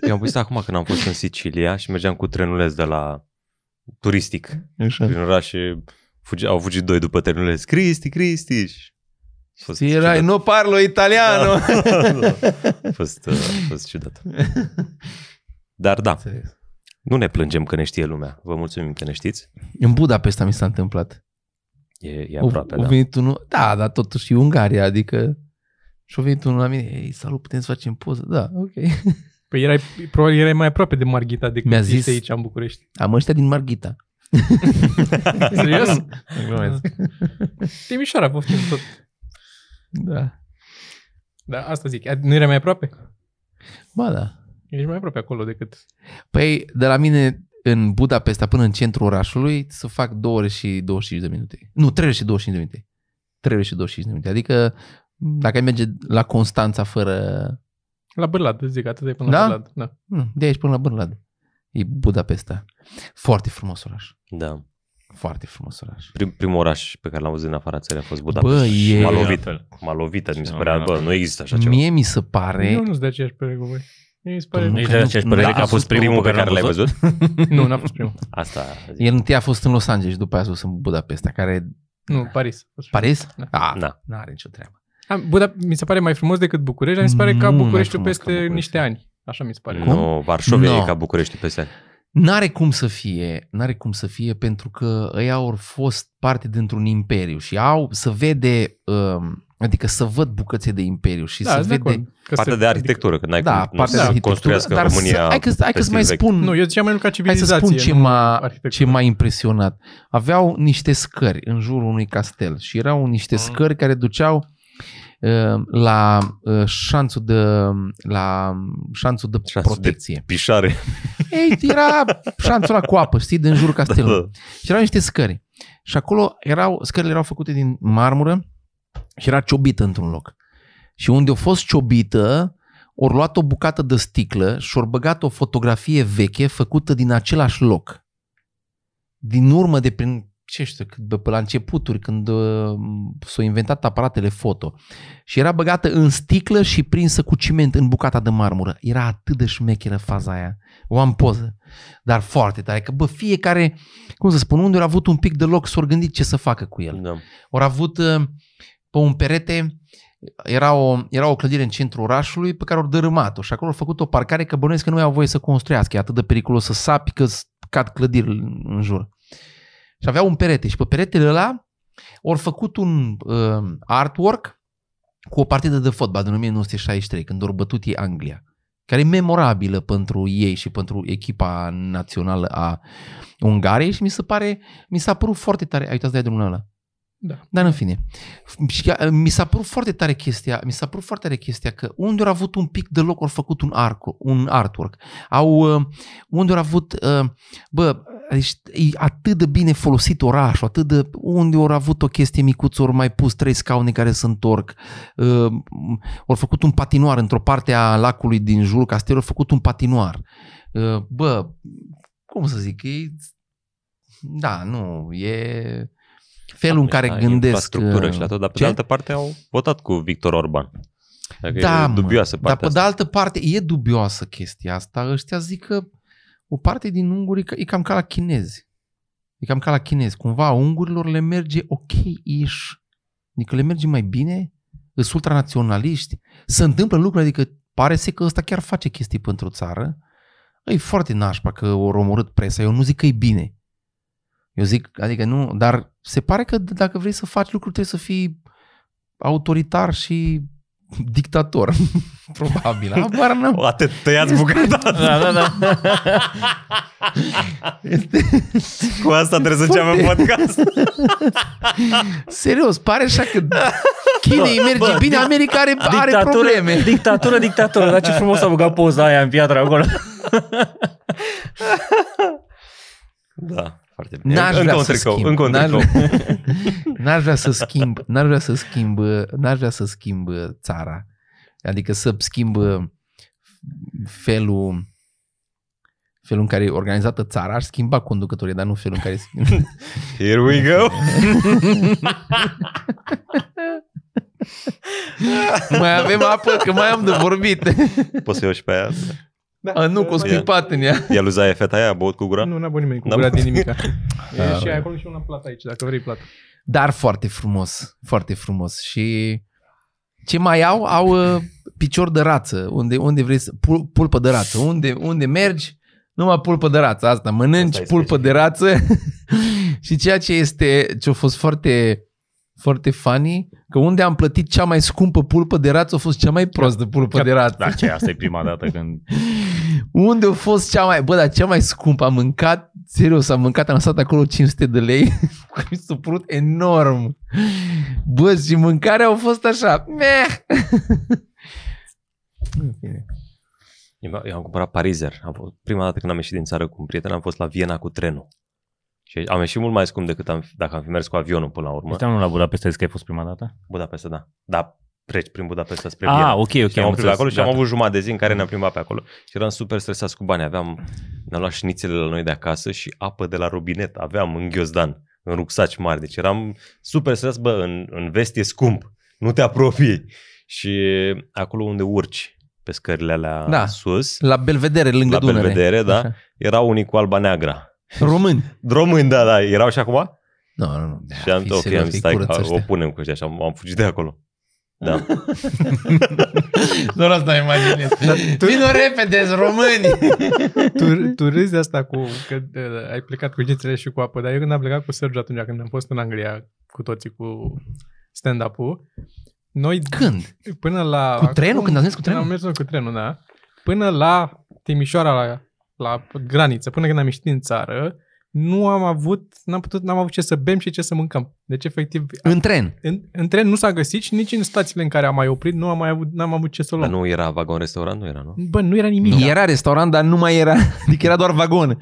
[SPEAKER 2] Eu am pus acum când am fost în Sicilia și mergeam cu trenuleț de la turistic
[SPEAKER 1] Așa.
[SPEAKER 2] prin oraș și fuge, au fugit doi după trenuleț. Cristi, Cristi! și- A fost
[SPEAKER 1] Erai,
[SPEAKER 2] ciudat.
[SPEAKER 1] nu parlo italiano.
[SPEAKER 2] A fost, uh, a fost ciudat. Dar da,
[SPEAKER 1] Înțeles.
[SPEAKER 2] nu ne plângem că ne știe lumea. Vă mulțumim că ne știți.
[SPEAKER 1] În Budapesta mi s-a întâmplat.
[SPEAKER 2] E, e
[SPEAKER 1] Au-
[SPEAKER 2] aproape,
[SPEAKER 1] au
[SPEAKER 2] da.
[SPEAKER 1] venit unul, da, dar totuși e Ungaria, adică și-a venit unul la mine, ei, salut, putem să facem poză? Da, ok.
[SPEAKER 3] Păi erai, probabil erai mai aproape de Marghita decât
[SPEAKER 1] Mi-a
[SPEAKER 3] ești
[SPEAKER 1] zis-
[SPEAKER 3] aici în București.
[SPEAKER 1] Am ăștia din Marghita.
[SPEAKER 3] Serios?
[SPEAKER 1] glumesc.
[SPEAKER 3] Timișoara, poftim tot.
[SPEAKER 1] Da.
[SPEAKER 3] Da, asta zic. Ad- Nu erai mai aproape?
[SPEAKER 1] Ba da.
[SPEAKER 3] Ești mai aproape acolo decât...
[SPEAKER 1] Păi, de la mine în Budapesta până în centrul orașului să fac 2 ore și 25 de minute. Nu, 3 ore și 25 de minute. 3 ore și 25 de minute. Adică dacă ai merge la Constanța fără...
[SPEAKER 3] La Bârlad, zic, atât de până la
[SPEAKER 1] Da?
[SPEAKER 3] Bârlad. Da.
[SPEAKER 1] Hmm, De aici până la Bârlad. E Budapesta. Foarte frumos oraș.
[SPEAKER 2] da.
[SPEAKER 1] Foarte frumos oraș.
[SPEAKER 2] Prim, primul oraș pe care l-am auzit în afara țării a fost Budapesta.
[SPEAKER 1] Bă,
[SPEAKER 2] și
[SPEAKER 1] e-
[SPEAKER 2] M-a lovit. M-a lovit, mi se părea, bă, nu există așa ceva.
[SPEAKER 1] Mie mi se pare...
[SPEAKER 3] Eu nu sunt de aceeași părere cu voi. Mie mi se pare...
[SPEAKER 1] Nu,
[SPEAKER 4] Ești
[SPEAKER 1] că
[SPEAKER 4] de aceeași părere
[SPEAKER 1] da,
[SPEAKER 4] că a fost
[SPEAKER 2] Primul pe care l-ai
[SPEAKER 4] n-am
[SPEAKER 2] văzut?
[SPEAKER 3] Nu, n-a fost primul.
[SPEAKER 2] Asta zic.
[SPEAKER 1] El întâi a fost în Los Angeles și după aia a fost în Budapesta, care...
[SPEAKER 3] Nu, Paris. a fost primul.
[SPEAKER 1] Paris?
[SPEAKER 3] Da.
[SPEAKER 1] Ah,
[SPEAKER 2] Da.
[SPEAKER 1] Nu are nicio treabă.
[SPEAKER 3] Am, Buda, mi se pare mai frumos decât București, dar mi se pare ca
[SPEAKER 1] Mult mai
[SPEAKER 3] Bucureștiul
[SPEAKER 1] frumos ca
[SPEAKER 3] peste
[SPEAKER 1] București.
[SPEAKER 3] niște ani. Așa mi se pare.
[SPEAKER 1] Cum?
[SPEAKER 2] Nu, Varșovia
[SPEAKER 1] No.
[SPEAKER 2] e ca București peste ani.
[SPEAKER 1] N-are cum să fie, n-are cum să fie pentru că ei au fost parte dintr-un imperiu și au să vede, um, adică să văd bucățe de imperiu și
[SPEAKER 3] Da,
[SPEAKER 1] să
[SPEAKER 3] sunt de
[SPEAKER 1] vede...
[SPEAKER 3] acord. Că
[SPEAKER 2] Partea
[SPEAKER 3] se-
[SPEAKER 2] de arhitectură, că n-ai
[SPEAKER 1] Da,
[SPEAKER 2] cum
[SPEAKER 1] partea
[SPEAKER 2] Exact. să
[SPEAKER 1] de
[SPEAKER 2] construiască
[SPEAKER 1] arhitectură, dar
[SPEAKER 2] România.
[SPEAKER 1] să, hai, că, hai că să
[SPEAKER 2] pe
[SPEAKER 1] mai
[SPEAKER 2] stil vechi.
[SPEAKER 1] spun,
[SPEAKER 3] Nu, eu ziceam mai mult ca
[SPEAKER 1] hai să
[SPEAKER 3] civilizație.
[SPEAKER 1] spun ce
[SPEAKER 3] nu
[SPEAKER 1] m-a, ce
[SPEAKER 3] arhitectură.
[SPEAKER 1] m-a impresionat. Aveau niște scări în jurul unui castel și erau niște
[SPEAKER 3] Mhm.
[SPEAKER 1] scări care duceau uh, la uh, șanțul de la șanțul de
[SPEAKER 2] Șanțul de-
[SPEAKER 1] protecție.
[SPEAKER 2] Pișare.
[SPEAKER 1] Ei, era șanțul la cu apă, știi, din jurul castelului. Și erau niște scări. Și acolo erau, scările erau făcute din marmură și era ciobită într-un loc. Și unde a fost ciobită, ori luat o bucată de sticlă și ori băgat o fotografie veche făcută din același loc. Din urmă de prin, ce știu, cât de pe la începuturi, când uh, s-au inventat aparatele foto. Și era băgată în sticlă și prinsă cu ciment în bucata de marmură. Era atât de șmecheră faza aia. O am poză. Dar foarte tare. Că bă, fiecare, cum să spun, unde au avut un pic de loc s-au gândit ce să facă cu el.
[SPEAKER 2] Da.
[SPEAKER 1] Ori avut uh, pe un perete, era o, era o clădire în centrul orașului pe care au dărâmat-o și acolo au făcut o parcare că bănuiesc că nu au voie să construiască, e atât de periculos să sapi că s- cad clădiri în- în jur. Și avea un perete și pe peretele ăla au făcut un uh, artwork cu o partidă de fotbal din 1963, când au bătut ei Anglia, care e memorabilă pentru ei și pentru echipa națională a Ungariei și mi se pare, mi s-a părut foarte tare, ai uitat să dai drumul ăla.
[SPEAKER 3] Da.
[SPEAKER 1] Dar în fine, F- și că, mi s-a părut foarte tare chestia, mi s-a părut foarte tare chestia că unde au avut un pic de loc, au făcut un, arco, un artwork. Au, uh, unde au avut, uh, bă, deci e atât de bine folosit orașul, atât de, unde au avut o chestie micuță, ori mai pus trei scaune care se întorc, uh, au făcut un patinoar într-o parte a lacului din jurul castelului, au făcut un patinoar. Uh, bă, cum să zic, e, da, nu, e felul în care
[SPEAKER 2] Da,
[SPEAKER 1] gândesc.
[SPEAKER 2] Infrastructură
[SPEAKER 1] uh,
[SPEAKER 2] și la tot, dar pe
[SPEAKER 1] ce?
[SPEAKER 2] de altă parte au votat cu Victor Orban. Dacă
[SPEAKER 1] Da,
[SPEAKER 2] e
[SPEAKER 1] mă,
[SPEAKER 2] dubioasă
[SPEAKER 1] Dar
[SPEAKER 2] partea
[SPEAKER 1] pe de
[SPEAKER 2] asta.
[SPEAKER 1] altă parte e dubioasă chestia asta. Ăștia zic că o parte din unguri e cam ca la chinezi. E cam ca la chinezi. Cumva ungurilor le merge ok-ish. Adică le merge mai bine, sunt ultranaționaliști. Se întâmplă lucruri, adică pare să că ăsta chiar face chestii pentru țară. E foarte nașpa că o omorât presa. Eu nu zic că e bine. Eu zic, adică nu, dar se pare că d- dacă vrei să faci lucruri trebuie să fii autoritar și dictator. Probabil. Habar n-am.
[SPEAKER 2] O, Atât, tăiați bucata.
[SPEAKER 4] Da, da, da.
[SPEAKER 1] Este...
[SPEAKER 2] Cu asta trebuie să înceapă
[SPEAKER 1] Foarte.
[SPEAKER 2] podcast.
[SPEAKER 1] Serios, pare așa că Chinei merge
[SPEAKER 4] Bă,
[SPEAKER 1] bine, America are, are probleme.
[SPEAKER 4] Dictatură, dictatură. Dar ce frumos a băgat poza aia în piatră acolo.
[SPEAKER 2] Da, foarte bine.
[SPEAKER 1] N-aș
[SPEAKER 2] încă
[SPEAKER 1] vrea
[SPEAKER 2] un
[SPEAKER 1] să
[SPEAKER 2] tricou,
[SPEAKER 1] schimb.
[SPEAKER 2] încă un
[SPEAKER 1] n-aș,
[SPEAKER 2] tricou.
[SPEAKER 1] n-aș vrea să schimb, n-aș vrea să schimb, uh, n-aș vrea să schimb uh, țara. Adică să schimb uh, felul felul în care e organizată țara, aș schimba conducătorii, dar nu felul în care e-
[SPEAKER 2] Here we go.
[SPEAKER 1] mai avem apă, că mai am de vorbit.
[SPEAKER 2] Poți să iau și pe aia? Da.
[SPEAKER 1] A, nu, cu scuipat în ea.
[SPEAKER 2] Ia lui Zaia, feta aia, a băut cu
[SPEAKER 1] Da?
[SPEAKER 2] gura?
[SPEAKER 3] Nu, n-a băut nimeni cu
[SPEAKER 2] N-a
[SPEAKER 3] gura
[SPEAKER 2] băut.
[SPEAKER 3] din nimic.
[SPEAKER 1] Ah,
[SPEAKER 3] E și aia acolo și una plată aici, dacă vrei plată.
[SPEAKER 1] Dar foarte frumos, foarte frumos. Și ce mai au? Au uh, picior de rață, unde, unde vrei să, pul, pulpă de rață, unde, unde mergi, numai pulpă de rață, asta, mănânci
[SPEAKER 2] Asta e
[SPEAKER 1] pulpă de rață și ceea ce este, ce a fost foarte, foarte funny, că unde am plătit cea mai scumpă pulpă de rață a fost cea mai prostă pulpă de rață.
[SPEAKER 4] Da, ce, asta e prima dată când...
[SPEAKER 1] Unde a fost cea mai... Bă, dar cea mai scumpă? Am mâncat, serios, am mâncat, am lăsat acolo 500 de lei. Mi s-a părut enorm. Bă, și mâncarea a fost așa. Meh.
[SPEAKER 2] Eu, eu am cumpărat parizer. Am fost, prima dată când am ieșit din țară cu un prieten, am fost la Viena cu trenul. Și am ieșit mult mai scump decât am, fi- dacă am fi mers cu avionul până la urmă.
[SPEAKER 4] Stai nu la Budapesta, ai zis că ai fost prima dată?
[SPEAKER 2] Budapesta, da. Da, treci prin Budapesta spre Viena.
[SPEAKER 4] Ah, ok, ok.
[SPEAKER 2] Și am oprit la acolo și am
[SPEAKER 4] gata.
[SPEAKER 2] avut jumătate de zi în care ne-am plimbat pe acolo. Și eram super stresați cu bani. Aveam, ne-am luat șnițele la noi de acasă și apă de la robinet. Aveam în ghiozdan, în rucsaci mari. Deci eram super stresați, bă, în, în vest e scump. Nu te apropii. Și acolo unde urci pe scările alea
[SPEAKER 1] Da.
[SPEAKER 2] sus,
[SPEAKER 1] La Belvedere, lângă
[SPEAKER 2] la
[SPEAKER 1] Dunăre.
[SPEAKER 2] Belvedere, da,
[SPEAKER 1] Așa.
[SPEAKER 2] erau unii cu alba neagra.
[SPEAKER 1] Români.
[SPEAKER 2] Români, da, da, erau și acum?
[SPEAKER 1] Nu, nu, da, nu.
[SPEAKER 2] Și am,
[SPEAKER 1] Fii
[SPEAKER 2] ok,
[SPEAKER 1] serios,
[SPEAKER 2] am
[SPEAKER 1] că-i
[SPEAKER 2] zis, stai,
[SPEAKER 1] curăți
[SPEAKER 2] că o
[SPEAKER 1] ăștia.
[SPEAKER 2] punem cu ăștia și am, am fugit de acolo. Da.
[SPEAKER 1] Doar asta imaginez. Vino repede, sunt români.
[SPEAKER 3] Tu, tu râzi de asta cu că uh, ai plecat cu gențele și cu apă, dar eu când am plecat cu Sergiu atunci când am fost în Anglia cu toții cu stand-up-ul, noi
[SPEAKER 1] Când?
[SPEAKER 3] până la...
[SPEAKER 1] Cu trenul? Când ați mers cu
[SPEAKER 3] Când
[SPEAKER 1] trenul?
[SPEAKER 3] Am mers noi cu trenul, da. Până la Timișoara, la, la graniță, până când am ieșit din țară, nu am avut, n-am putut, n-am avut ce să bem și ce să mâncăm. Deci, efectiv,
[SPEAKER 1] În tren.
[SPEAKER 3] în, în tren nu s-a găsit și nici în stațiile în care am mai oprit nu am mai avut, n-am avut ce să
[SPEAKER 2] Dar
[SPEAKER 3] luăm.
[SPEAKER 2] nu era vagon-restaurant? Nu era, nu?
[SPEAKER 3] Bă, nu era nimic.
[SPEAKER 1] Era restaurant, dar nu mai era. Adică era doar vagon.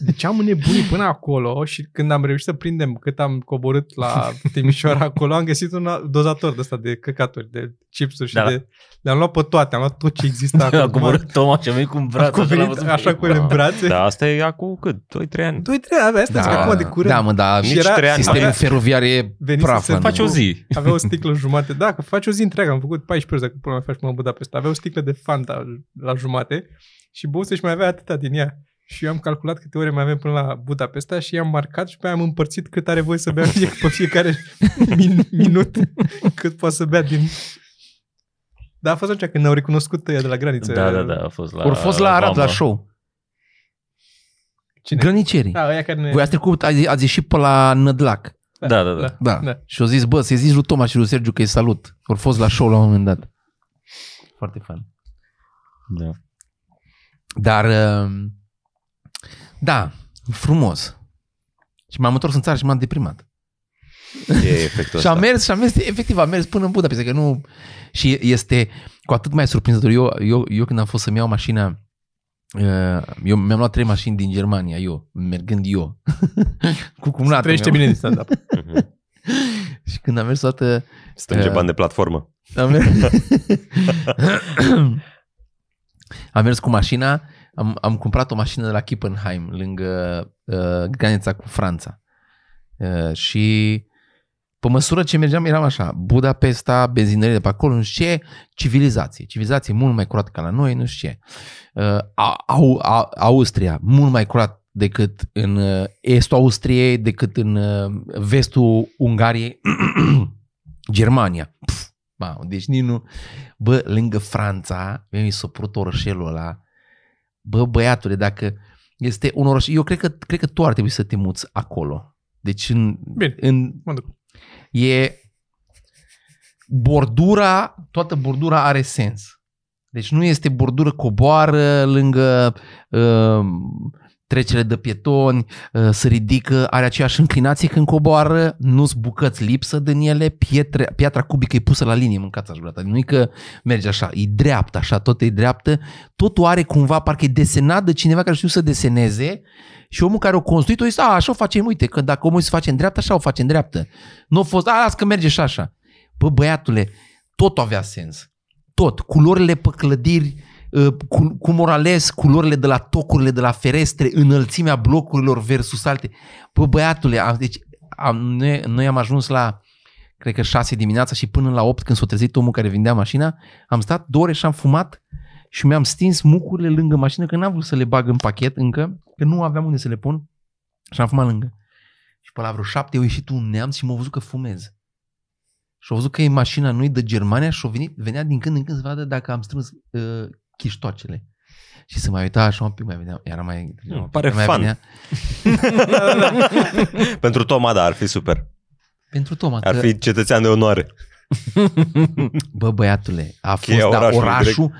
[SPEAKER 3] Deci am înnebunit până acolo și când am reușit să prindem cât am coborât la Timișoara acolo, am găsit un dozator de ăsta de căcaturi, de chipsuri și
[SPEAKER 4] Da.
[SPEAKER 3] da. de... Le-am luat pe toate, am luat tot ce exista acolo.
[SPEAKER 4] A coborât Toma și a venit cu un braț.
[SPEAKER 3] Am coborât așa cu ele în brațe.
[SPEAKER 2] Da, asta e acum cât? 2-3 ani.
[SPEAKER 3] Doi, trei, avea asta da, acum de curând.
[SPEAKER 1] da, mă, da.
[SPEAKER 2] Nici
[SPEAKER 3] Și era-
[SPEAKER 2] trei ani.
[SPEAKER 1] Sistemul
[SPEAKER 3] avea-
[SPEAKER 1] feroviar e
[SPEAKER 3] Veni să
[SPEAKER 1] praf.
[SPEAKER 3] se
[SPEAKER 1] în-
[SPEAKER 4] Faci o zi.
[SPEAKER 3] Avea o sticlă jumate. Da, că faci o zi întreagă. Am făcut 14 ore, dacă până la faci mă Budapesta. Avea o sticlă de Fanta la jumate și băuse și mai avea atâta din ea. Și eu am calculat câte ore mai avem până la Budapesta și i-am marcat și pe aia am împărțit cât are voie să bea fie, pe fiecare min- minut cât poate să bea din... Dar a fost atunci când ne-au recunoscut ea de la graniță.
[SPEAKER 4] Da, da, da, a fost la...
[SPEAKER 1] Ori fost la Arad, la
[SPEAKER 4] Vama.
[SPEAKER 1] show.
[SPEAKER 3] Cine?
[SPEAKER 1] Grănicerii.
[SPEAKER 3] Da, aia care ne...
[SPEAKER 1] Voi ați trecut, ați, ați ieșit pe la Nădlac.
[SPEAKER 4] Da, da, da.
[SPEAKER 3] Da.
[SPEAKER 1] Da. da. Și au zis, bă, să-i zici lui Toma și lui Sergiu că-i salut. Au fost la show la un moment dat.
[SPEAKER 4] Foarte fan. Da.
[SPEAKER 1] Dar, um, da, frumos. Și m-am întors în țară și m-am deprimat.
[SPEAKER 2] E efectul
[SPEAKER 1] Și am
[SPEAKER 2] ăsta.
[SPEAKER 1] mers, și am mers, efectiv, am mers până în Budapesta, că nu... Și este cu atât mai surprinzător. Eu, eu, eu când am fost să-mi iau mașina, uh, eu mi-am luat trei mașini din Germania, eu, mergând eu. cu cumnatul
[SPEAKER 3] Trăiește
[SPEAKER 1] meu.
[SPEAKER 3] bine din stand-up.
[SPEAKER 2] Mhm.
[SPEAKER 1] Și când am mers toată...
[SPEAKER 2] Strânge
[SPEAKER 3] Da.
[SPEAKER 1] Eh,
[SPEAKER 2] bani de platformă.
[SPEAKER 1] Am mers, am mers cu mașina, am, am cumpărat o mașină de la Kippenheim, lângă uh, granița cu Franța. Uh, și pe măsură ce mergeam, eram așa, Budapesta, benzinărie de pe acolo, nu știu ce, civilizație. Civilizație mult mai curată ca la noi, nu știu ce. Uh, a, au, a, Austria, mult mai curat decât în uh, estul Austriei, decât în uh, vestul Ungariei, Germania. Pf, Mamă, deci nici nu... Bă, lângă Franța, mi s-a părut orășelul ăla. Bă, băiatule, dacă este un orășel... Eu cred că, cred că tu ar trebui să te muți acolo. Deci în,
[SPEAKER 3] Bine.
[SPEAKER 1] în
[SPEAKER 3] Mă duc.
[SPEAKER 1] e bordura, toată bordura are sens. Deci nu este bordură coboară lângă um, trecere de pietoni, uh, se ridică, are aceeași înclinație când coboară, nu-s bucăți lipsă din ele, pietre, piatra cubică e pusă la linie, mâncați aș vrea. Adică nu e că merge așa, e dreaptă așa, tot e dreaptă, totul are cumva, parcă e desenat de cineva care știu să deseneze și omul care o construit, o zis, a, așa o facem, uite, că dacă omul se face în dreapta, așa o face în dreaptă. Nu a fost, a, las că merge și așa. Bă, băiatule, tot avea sens. Tot. Culorile pe clădiri, uh, cu- cum au ales culorile de la tocurile, de la ferestre, înălțimea blocurilor versus alte. Bă, băiatule, am, deci am, noi, noi am ajuns la cred că 6 dimineața și până la 8 când s-a trezit omul care vindea mașina, am stat două ore și am fumat și mi-am stins mucurile lângă mașină că n-am vrut să le bag în pachet încă, că nu aveam unde să le pun și am fumat lângă. Și pe la vreo șapte au ieșit un neamț și m-a văzut că fumez. Și au văzut că e mașina nu de Germania și au venit, venea din când în când să vadă dacă am strâns uh, chiștoacele. Și se mai uita așa un pic, mai venea, era mai...
[SPEAKER 2] Hmm, pare
[SPEAKER 1] mai
[SPEAKER 2] fun.
[SPEAKER 3] Da,
[SPEAKER 2] Pentru Toma, da, ar fi super.
[SPEAKER 1] pentru Toma,
[SPEAKER 2] Ar
[SPEAKER 1] că-
[SPEAKER 2] fi cetățean de onoare.
[SPEAKER 1] Bă, băiatule, a fost,
[SPEAKER 2] Cheia
[SPEAKER 1] da,
[SPEAKER 2] orașului
[SPEAKER 1] orașul,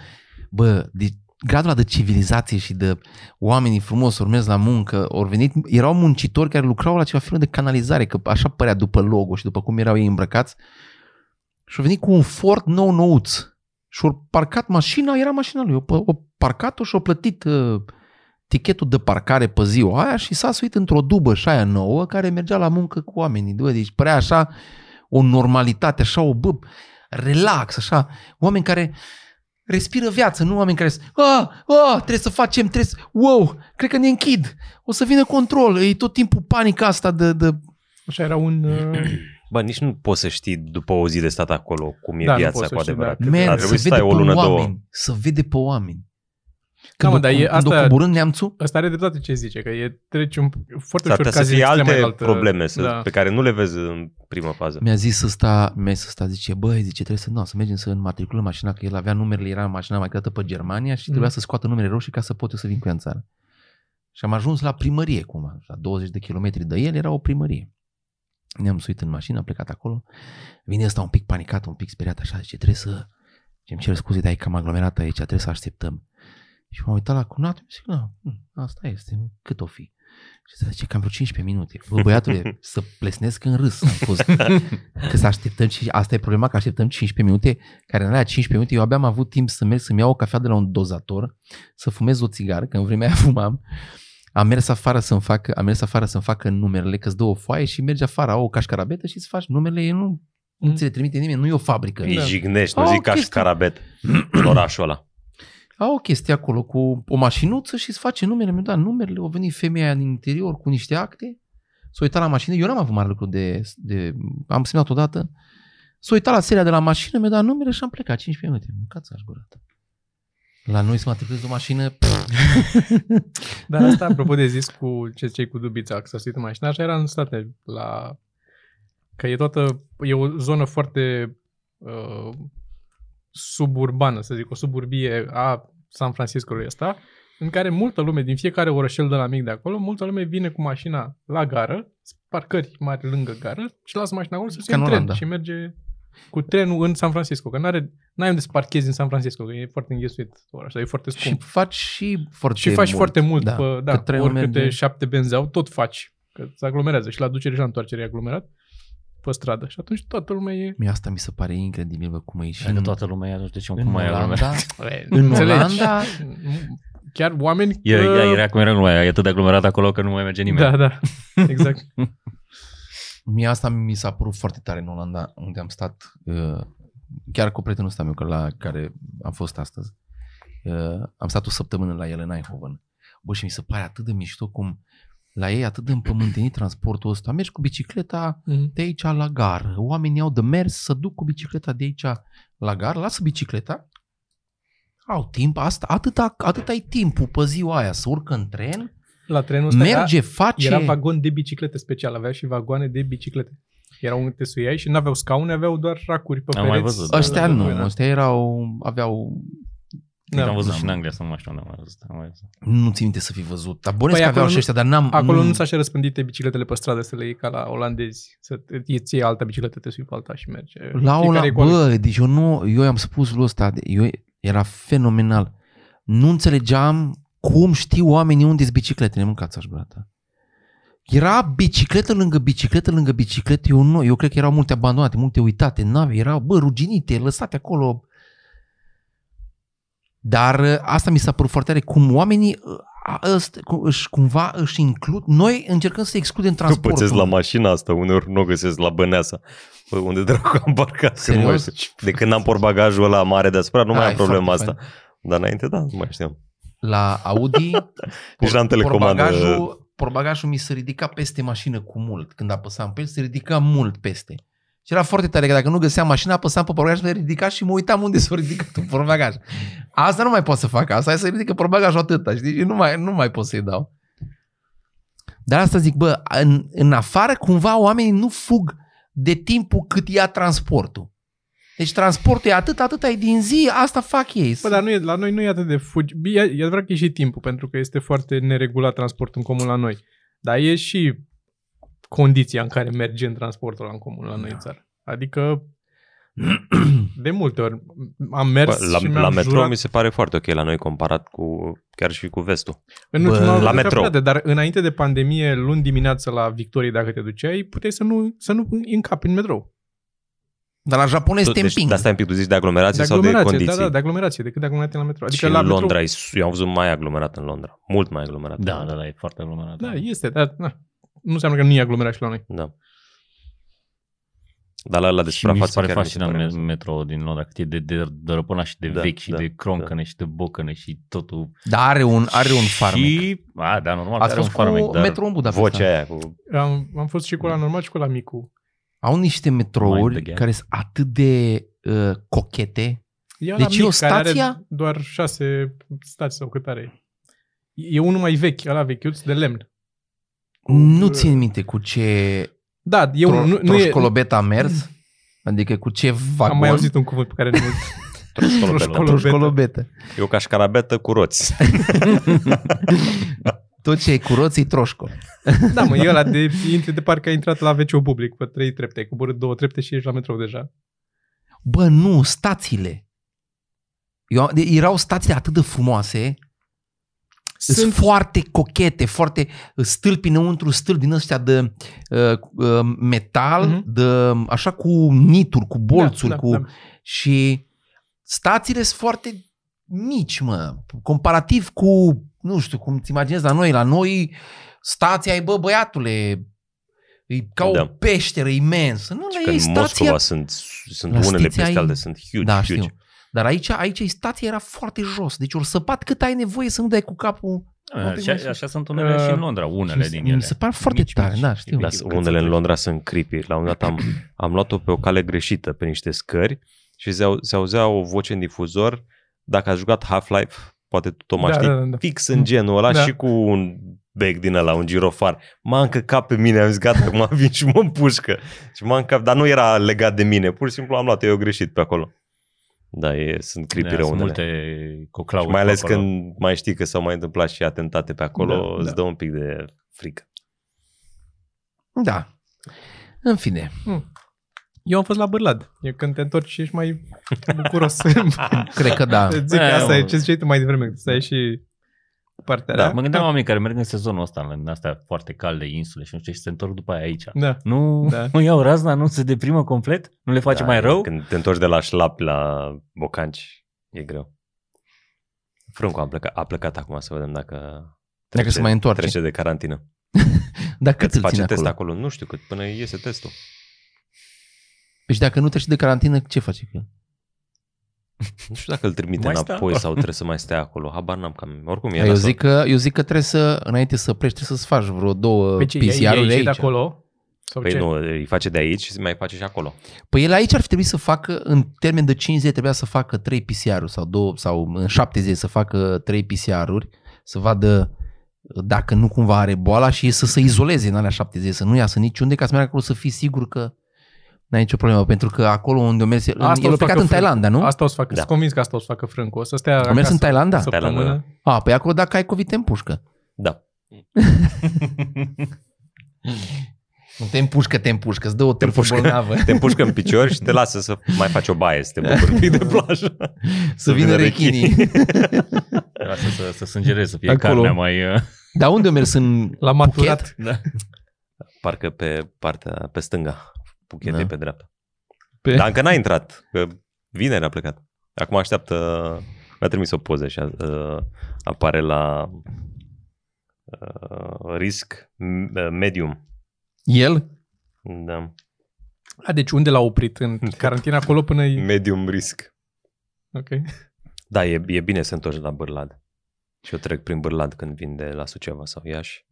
[SPEAKER 1] bă, de, gradul ăla de civilizație și de oamenii frumos urmez la muncă, ori venit, erau muncitori care lucrau la ceva fel de canalizare, că așa părea după logo și după cum erau ei îmbrăcați, și au venit cu un Ford nou nouț și au parcat mașina, era mașina lui, o, o parcat-o și au plătit uh, tichetul de parcare pe ziua aia și s-a suit într-o dubă și aia nouă care mergea la muncă cu oamenii. Bă, deci părea așa o normalitate, așa o bă, relax, așa, oameni care respiră viață, nu oameni care sunt, a, a, trebuie să facem, trebuie să, wow, cred că ne închid, o să vină control, e tot timpul panica asta de, de
[SPEAKER 3] Așa era un... uh,
[SPEAKER 2] Bă, nici nu poți să știi după o zi de stat acolo cum e
[SPEAKER 3] Da, nu
[SPEAKER 2] viața
[SPEAKER 3] poți să
[SPEAKER 2] cu
[SPEAKER 3] știi,
[SPEAKER 2] adevărat.
[SPEAKER 3] da.
[SPEAKER 1] man,
[SPEAKER 2] Ar
[SPEAKER 1] să
[SPEAKER 2] trebui
[SPEAKER 1] vede
[SPEAKER 2] să
[SPEAKER 1] pe
[SPEAKER 2] stai o lună,
[SPEAKER 1] oameni,
[SPEAKER 2] două.
[SPEAKER 1] să vede pe oameni.
[SPEAKER 3] Da,
[SPEAKER 1] Când,
[SPEAKER 3] mă,
[SPEAKER 1] o,
[SPEAKER 3] dar e-
[SPEAKER 1] când
[SPEAKER 3] asta-
[SPEAKER 1] o coborând neamțul,
[SPEAKER 3] Ăsta are dreptate ce zice, că e treci un, foarte
[SPEAKER 2] S-ar putea
[SPEAKER 3] ușor
[SPEAKER 2] să
[SPEAKER 3] cazuri
[SPEAKER 2] fie
[SPEAKER 3] extreme
[SPEAKER 2] alte
[SPEAKER 3] în altă...
[SPEAKER 2] probleme să,
[SPEAKER 3] Da.
[SPEAKER 2] pe care nu le vezi în prima fază.
[SPEAKER 1] mi-a zis ăsta, mi-a zis ăsta, zice, băi, zice, trebuie să, nu, să mergem să înmatriculăm mașina, că el avea numerele, era mașina mai dată pe Germania și trebuia
[SPEAKER 3] Mhm.
[SPEAKER 1] să scoată numerele roșii ca să pot eu să vin cu ea în țară. Și am ajuns la primărie cumva, la 20 de kilometri de el era o primărie. Ne-am suit în mașină, am plecat acolo, vine ăsta un pic panicat, un pic speriat așa, zice, trebuie să, zice, îmi cer scuze, dar e cam aglomerat aici, trebuie să așteptăm. Și m-am uitat la cunat, zic, na, m, asta este, m, cât o fi. Și se zice, cam vreo 15 minute. Bă, băiatule, să plesnesc în râs. Am fost. Că să așteptăm, și asta e problema, că așteptăm 15 minute, care în alea 15 minute, eu abia am avut timp să merg să-mi iau o cafea de la un dozator, să fumez o țigară, că în vremea aia fumam. Am mers afară să-mi facă, am mers afară să-mi facă numerele, că-ți dă o foaie și mergi afară, au o cașcarabetă și îți faci numerele, ei nu, nu ți le trimite nimeni, nu e o fabrică.
[SPEAKER 2] Îi
[SPEAKER 3] Da.
[SPEAKER 2] jignești, nu
[SPEAKER 1] Au
[SPEAKER 2] zic ca și
[SPEAKER 1] chestii.
[SPEAKER 2] carabet în orașul ăla.
[SPEAKER 1] Au o chestie acolo cu o mașinuță și îți face numele, mi-a dat numerele, o venit femeia aia din interior cu niște acte, s-a uitat la mașină, eu n-am avut mare lucru de, de am semnat odată, s-a uitat la seria de la mașină, mi-a dat numele și am plecat 15 minute, mâncați aș gurată. La noi să mă o mașină, pff,
[SPEAKER 3] Dar asta, apropo de zis cu ce cei cu dubița, că s-a suit în mașină, așa era în state la... Că e toată... E o zonă foarte uh, suburbană, să zic, o suburbie a San Francisco-ului ăsta, în care multă lume, din fiecare orășel de la mic de acolo, multă lume vine cu mașina la gară, parcări mari lângă gară și lasă mașina acolo să se
[SPEAKER 1] Ca în
[SPEAKER 3] în tren
[SPEAKER 1] Olanda.
[SPEAKER 3] și merge cu trenul în San Francisco, că n-are, n-ai unde să parchezi în San Francisco, că e foarte înghesuit orașul, e foarte scump.
[SPEAKER 1] și faci și foarte
[SPEAKER 3] Și faci
[SPEAKER 1] mult.
[SPEAKER 3] foarte mult, da, pe, da
[SPEAKER 1] că trenul
[SPEAKER 3] oricâte
[SPEAKER 1] merge.
[SPEAKER 3] șapte benzi au, tot faci. Că se aglomerează și la ducere și la întoarcere e aglomerat pe stradă. Și atunci toată lumea e...
[SPEAKER 1] Mie asta mi se pare incredibil, bă, cum e și
[SPEAKER 4] Dacă
[SPEAKER 1] în,
[SPEAKER 4] toată lumea e atunci, de ce
[SPEAKER 1] în
[SPEAKER 4] cum mai era lumea?
[SPEAKER 1] Olanda, în
[SPEAKER 3] Înțelegi?
[SPEAKER 1] Olanda,
[SPEAKER 3] Chiar oameni...
[SPEAKER 4] E,
[SPEAKER 3] că-
[SPEAKER 4] e, era cum era lumea, e atât de aglomerat acolo că nu mai merge nimeni.
[SPEAKER 3] Da, da, exact.
[SPEAKER 1] Mie asta mi s-a părut foarte tare în Olanda, unde am stat, uh, chiar cu prietenul ăsta meu, că la care am fost astăzi. Uh, Am stat o săptămână la el în Eindhoven. Bă, și mi se pare atât de mișto cum la ei atât de împământenit transportul ăsta. Mergi cu bicicleta
[SPEAKER 3] Mhm.
[SPEAKER 1] de aici la gară. Oamenii au de mers să duc cu bicicleta de aici la gară. Lasă bicicleta. Au timp. Asta, atâta, atâta ai timpul pe ziua aia. Să urcă în tren,
[SPEAKER 3] la trenul ăsta
[SPEAKER 1] merge, face...
[SPEAKER 3] era, era vagon de biciclete special, avea și vagoane de biciclete. Erau un tesuiai și n-aveau scaune, aveau doar racuri pe
[SPEAKER 4] Am mai
[SPEAKER 3] pereți.
[SPEAKER 4] văzut, da.
[SPEAKER 1] Ăstea nu,
[SPEAKER 3] Da.
[SPEAKER 1] ăstea erau, aveau,
[SPEAKER 4] Da, am văzut
[SPEAKER 1] da.
[SPEAKER 4] și în Anglia, să nu mai știu unde am mai văzut. Am mai văzut.
[SPEAKER 1] nu țin minte să fi văzut, dar bănesc
[SPEAKER 3] Păi
[SPEAKER 1] că aveau
[SPEAKER 3] acolo
[SPEAKER 1] și
[SPEAKER 3] nu-
[SPEAKER 1] ăștia, dar n-am...
[SPEAKER 3] Acolo
[SPEAKER 1] mm,
[SPEAKER 3] nu s-a și răspândite bicicletele pe stradă să le iei ca la olandezi, să te- îți iei alta bicicletă, te sui pe alta și merge.
[SPEAKER 1] La
[SPEAKER 3] Fiecare
[SPEAKER 1] una,
[SPEAKER 3] e cu ale-
[SPEAKER 1] bă, deci eu nu, eu i-am spus lui ăsta, de- eu, era fenomenal. Nu înțelegeam cum știu oamenii unde sunt bicicletele, mâncați aș gata. Era bicicletă lângă bicicletă lângă bicicletă, eu nu, eu cred că erau multe abandonate, multe uitate, nave, erau, bă, ruginite, lăsate acolo. Dar ă, asta mi s-a părut foarte tare, cum oamenii ă, a- ăst- cu- își, cumva își includ, noi încercăm să excludem
[SPEAKER 2] Tu
[SPEAKER 1] transportul.
[SPEAKER 2] pățesc la mașina asta, uneori nu o găsesc la Băneasa. Păi unde dracu am parcat? Că nu mai
[SPEAKER 1] Serios?
[SPEAKER 2] știu. De când am port bagajul ăla mare deasupra, nu mai
[SPEAKER 1] Ai,
[SPEAKER 2] am problema
[SPEAKER 1] foarte
[SPEAKER 2] asta. Dar înainte, da, nu mai știam.
[SPEAKER 1] la Audi,
[SPEAKER 2] Nici n-am telecomandă.
[SPEAKER 1] Porbagajul, porbagajul mi se ridica peste mașină cu mult. Când apăsam pe el, se ridica mult peste. Și era foarte tare că dacă nu găseam mașina, apăsam pe porbagaj, se ridica și mă uitam unde s-a ridicat un porbagaj. Asta nu mai pot să fac. Asta hai să ridică porbagajul atâta, știi? Nu mai, nu mai pot să-i dau. Dar asta zic, bă, în, în afară cumva oamenii nu fug de timpul cât ia transportul. Deci transportul e atât, atâta e din zi, asta fac ei.
[SPEAKER 3] Bă, dar nu e, la noi nu e atât de fugi. Bine, E, e adevărat că e și timpul, pentru că este foarte neregulat transportul în comun la noi. Dar e și condiția în care merge în transportul ăla în comun la
[SPEAKER 1] Da.
[SPEAKER 3] noi în țară. Adică de multe ori am mers
[SPEAKER 2] Bă,
[SPEAKER 3] și
[SPEAKER 2] la,
[SPEAKER 3] mi-am
[SPEAKER 2] la metro
[SPEAKER 3] jurat
[SPEAKER 2] mi se pare foarte ok la noi comparat cu chiar și cu vestul.
[SPEAKER 3] În
[SPEAKER 1] Bă,
[SPEAKER 3] ultima
[SPEAKER 1] la
[SPEAKER 3] vreme,
[SPEAKER 2] metro.
[SPEAKER 3] frate, dar înainte de pandemie, luni dimineața la Victorie, dacă te duceai, puteai să nu, să nu încapi în metrou.
[SPEAKER 1] Dar la japonez te
[SPEAKER 2] deci,
[SPEAKER 1] împing.
[SPEAKER 2] dar stai un pic, tu zici de aglomerație
[SPEAKER 3] De
[SPEAKER 2] sau de
[SPEAKER 3] aglomerație,
[SPEAKER 2] condiții?
[SPEAKER 3] da, da, de aglomerație, decât de aglomerație la metro.
[SPEAKER 2] Adică
[SPEAKER 3] Adică
[SPEAKER 2] și
[SPEAKER 3] la
[SPEAKER 2] la în Londra,
[SPEAKER 3] metro,
[SPEAKER 2] e su- eu am văzut mai aglomerat în Londra. Mult mai aglomerat.
[SPEAKER 4] Da, da, da, e foarte aglomerat.
[SPEAKER 3] da, este, dar na, nu înseamnă că nu e aglomerat și la noi.
[SPEAKER 2] da. Dar la ăla de
[SPEAKER 4] și mi se
[SPEAKER 2] suprafață
[SPEAKER 4] pare
[SPEAKER 2] chiar mi se
[SPEAKER 4] fascinant
[SPEAKER 2] pare
[SPEAKER 4] me- metrou din Londra, cât e de, de, de răpânat și de
[SPEAKER 2] Da,
[SPEAKER 4] da, vechi și
[SPEAKER 2] da,
[SPEAKER 4] da, de croncăne da. și de bocăne și totul.
[SPEAKER 1] Dar are un, are un farmec.
[SPEAKER 4] Și, a, da, normal,
[SPEAKER 1] Ați
[SPEAKER 4] are un
[SPEAKER 1] fost cu
[SPEAKER 4] farmec,
[SPEAKER 1] metrou
[SPEAKER 4] dar
[SPEAKER 1] metro în Budapesta.
[SPEAKER 2] vocea aia cu
[SPEAKER 3] Am, am fost și cu la normal și cu la micu.
[SPEAKER 1] Au niște
[SPEAKER 4] Mind the
[SPEAKER 1] metrouri
[SPEAKER 4] gap.
[SPEAKER 1] care sunt atât de uh, cochete.
[SPEAKER 3] E ăla
[SPEAKER 1] Deci e
[SPEAKER 3] mic,
[SPEAKER 1] o
[SPEAKER 3] Care
[SPEAKER 1] stația?
[SPEAKER 3] are doar șase stații sau cât are. E unul mai vechi, ăla vechiuț, de lemn. Cu-
[SPEAKER 1] Nu țin minte cu ce
[SPEAKER 3] Da, Uh. e
[SPEAKER 1] tro-
[SPEAKER 3] unul, nu, nu e,
[SPEAKER 1] troșcolobet a mers, adică cu ce vagon.
[SPEAKER 3] am mai auzit un cuvânt pe care nu
[SPEAKER 2] troșcolo.
[SPEAKER 3] Troșcolo.
[SPEAKER 1] troșcolobetă.
[SPEAKER 2] Eu ca șcarabetă cu roți.
[SPEAKER 1] Tot ce e cu roții, troșco.
[SPEAKER 3] Da, mă, e ăla de, intri de parcă ai intrat la wc public pe trei trepte, ai coborât două trepte și ești la metrou deja.
[SPEAKER 1] Bă, nu, stațiile. Eu, am- de- erau stațiile atât de frumoase, sunt foarte cochete, foarte uh, stâlpi înăuntru, stâlpi din ăstea de uh, uh, metal,
[SPEAKER 3] Mhm.
[SPEAKER 1] de, um, așa cu nituri, cu bolțuri,
[SPEAKER 3] da,
[SPEAKER 1] cu...
[SPEAKER 3] Da,
[SPEAKER 1] Și stațiile sunt foarte mici, mă, comparativ cu, nu știu cum ți imaginezi la noi, la noi stația e, bă, băiatule, e ca o
[SPEAKER 2] Da.
[SPEAKER 1] peșteră imensă. Nu,
[SPEAKER 2] Și
[SPEAKER 1] la
[SPEAKER 2] că
[SPEAKER 1] ei
[SPEAKER 2] în
[SPEAKER 1] stația...
[SPEAKER 2] Deci Moscova sunt, sunt
[SPEAKER 1] La
[SPEAKER 2] unele
[SPEAKER 1] Stiția
[SPEAKER 2] peste
[SPEAKER 1] e-
[SPEAKER 2] alte, sunt huge,
[SPEAKER 1] da,
[SPEAKER 2] huge.
[SPEAKER 1] știu. Dar aici, aici stația era foarte jos, deci ori săpat cât ai nevoie să nu dai cu capul.
[SPEAKER 4] A, Așa, așa sunt unele
[SPEAKER 3] Uh,
[SPEAKER 4] și în Londra, unele
[SPEAKER 1] și
[SPEAKER 4] din
[SPEAKER 1] mi
[SPEAKER 4] ele.
[SPEAKER 1] se par foarte
[SPEAKER 4] Mici,
[SPEAKER 1] tare,
[SPEAKER 4] mici.
[SPEAKER 1] da, știu.
[SPEAKER 2] Dar
[SPEAKER 4] Mici, cât
[SPEAKER 2] unele în
[SPEAKER 4] sunt.
[SPEAKER 2] Londra sunt creepy. La un dat am, am luat-o pe o cale greșită, pe niște scări și se, au, se auzea o voce în difuzor. Dacă ați jucat Half-Life, poate tu, Toma,
[SPEAKER 3] Da,
[SPEAKER 2] știi,
[SPEAKER 3] da, da, da.
[SPEAKER 2] fix în genul ăla
[SPEAKER 3] Da.
[SPEAKER 2] și cu un bec din ăla, un girofar. M-a încăcat pe mine, am zis, gata, acum vin și mă împușcă. Și m-a încăcat, dar nu era legat de mine, pur și simplu am luat eu greșit pe acolo. Da, e, sunt creepy
[SPEAKER 4] Da,
[SPEAKER 2] da,
[SPEAKER 4] sunt
[SPEAKER 2] unele.
[SPEAKER 4] multe coclauri.
[SPEAKER 2] Și mai ales
[SPEAKER 4] pe acolo.
[SPEAKER 2] când mai știi că s-au mai întâmplat și atentate pe acolo, da,
[SPEAKER 3] Da,
[SPEAKER 2] îți
[SPEAKER 3] da.
[SPEAKER 2] dă un pic de frică.
[SPEAKER 1] Da. În fine.
[SPEAKER 3] Eu am fost la Bârlad. E când te întorci și ești mai bucuros.
[SPEAKER 1] Cred că da.
[SPEAKER 3] Îți Zic că
[SPEAKER 4] Da,
[SPEAKER 3] asta
[SPEAKER 4] mă.
[SPEAKER 3] e ce ziceai tu mai devreme, că stai și cu partea
[SPEAKER 4] Da,
[SPEAKER 3] aia.
[SPEAKER 4] mă gândeam la oamenii care merg în sezonul ăsta, în astea foarte calde, insule și nu știu, și se întorc după aia aici.
[SPEAKER 3] Da.
[SPEAKER 4] Nu,
[SPEAKER 3] Da.
[SPEAKER 4] da. nu iau razna, nu se deprimă complet? Nu le face
[SPEAKER 2] da,
[SPEAKER 4] da, mai
[SPEAKER 2] e,
[SPEAKER 4] rău? Când...
[SPEAKER 2] Când te întorci de la șlap la bocanci, e greu. Frâncu a plecat, a plecat acum să vedem dacă trece,
[SPEAKER 1] se mai întoarce.
[SPEAKER 2] trece de carantină.
[SPEAKER 1] Dar
[SPEAKER 2] Cât
[SPEAKER 1] cât îl
[SPEAKER 2] face
[SPEAKER 1] ține
[SPEAKER 2] test
[SPEAKER 1] acolo?
[SPEAKER 2] acolo? Nu știu cât, până iese testul.
[SPEAKER 1] Deci dacă nu treci de carantină, ce faci cu el?
[SPEAKER 2] Nu știu dacă îl trimite
[SPEAKER 4] Mai stă
[SPEAKER 2] înapoi
[SPEAKER 4] acolo.
[SPEAKER 2] sau trebuie să mai stea acolo. Habar n-am cam. Oricum e
[SPEAKER 1] Eu
[SPEAKER 2] nasol.
[SPEAKER 1] zic, că, eu zic că trebuie să, înainte să pleci, trebuie să-ți faci vreo două
[SPEAKER 3] Păi ce, i-ai- i-ai
[SPEAKER 1] PCR-uri
[SPEAKER 3] ieșit
[SPEAKER 1] aici.
[SPEAKER 3] de acolo? Sau
[SPEAKER 2] Păi
[SPEAKER 3] ce?
[SPEAKER 2] nu, îi face de aici și mai face și acolo.
[SPEAKER 1] Păi el aici ar fi trebuit să facă, în termen de 5 zile trebuia să facă 3 PCR-uri sau, 2, sau în 7 zile să facă 3 PCR-uri, să vadă dacă nu cumva are boala și să se izoleze în alea 7 zile, să nu iasă niciunde, ca să meargă acolo să fii sigur că N-ai nicio problemă, pentru că acolo unde mergi,
[SPEAKER 3] Asta
[SPEAKER 1] el
[SPEAKER 3] o
[SPEAKER 1] a
[SPEAKER 3] să
[SPEAKER 1] plecat
[SPEAKER 3] facă
[SPEAKER 1] în
[SPEAKER 3] fr-
[SPEAKER 1] Thailanda, nu?
[SPEAKER 3] Asta o să facă,
[SPEAKER 2] Da.
[SPEAKER 3] sunt convins că asta o să facă Frâncu. O să stea
[SPEAKER 1] A mers în Thailanda?
[SPEAKER 3] săptămână.
[SPEAKER 2] Thailanda,
[SPEAKER 1] A, păi acolo dacă ai COVID te împușcă.
[SPEAKER 2] Da.
[SPEAKER 1] Nu te împușcă, te împușcă, îți dă o târfă
[SPEAKER 2] împușcă.
[SPEAKER 1] bolnavă.
[SPEAKER 2] Te împușcă în picior și te lasă să mai faci o baie, să te bucuri un pic de plajă.
[SPEAKER 1] Să vină rechinii.
[SPEAKER 4] Lasă să, să sângerez, să fie
[SPEAKER 3] Acolo.
[SPEAKER 4] carnea mai... uh,
[SPEAKER 1] Dar unde mergi în...
[SPEAKER 3] L-a maturat.
[SPEAKER 4] Da.
[SPEAKER 2] Parcă pe partea, pe stânga. Puchet
[SPEAKER 1] Da.
[SPEAKER 2] da. pe dreapta.
[SPEAKER 3] Pe...
[SPEAKER 2] Dar încă n-a intrat, că vineri a plecat. Acum așteaptă, mi-a trimis o poză și uh, apare la uh, risc m- medium.
[SPEAKER 1] El?
[SPEAKER 2] Da.
[SPEAKER 3] A, deci unde l-a oprit? În carantină acolo până...
[SPEAKER 2] Medium risc.
[SPEAKER 3] Ok.
[SPEAKER 2] Da, e, e bine să întorci la Bârlad. Și eu trec prin Bârlad când vin de la Suceava sau Iași.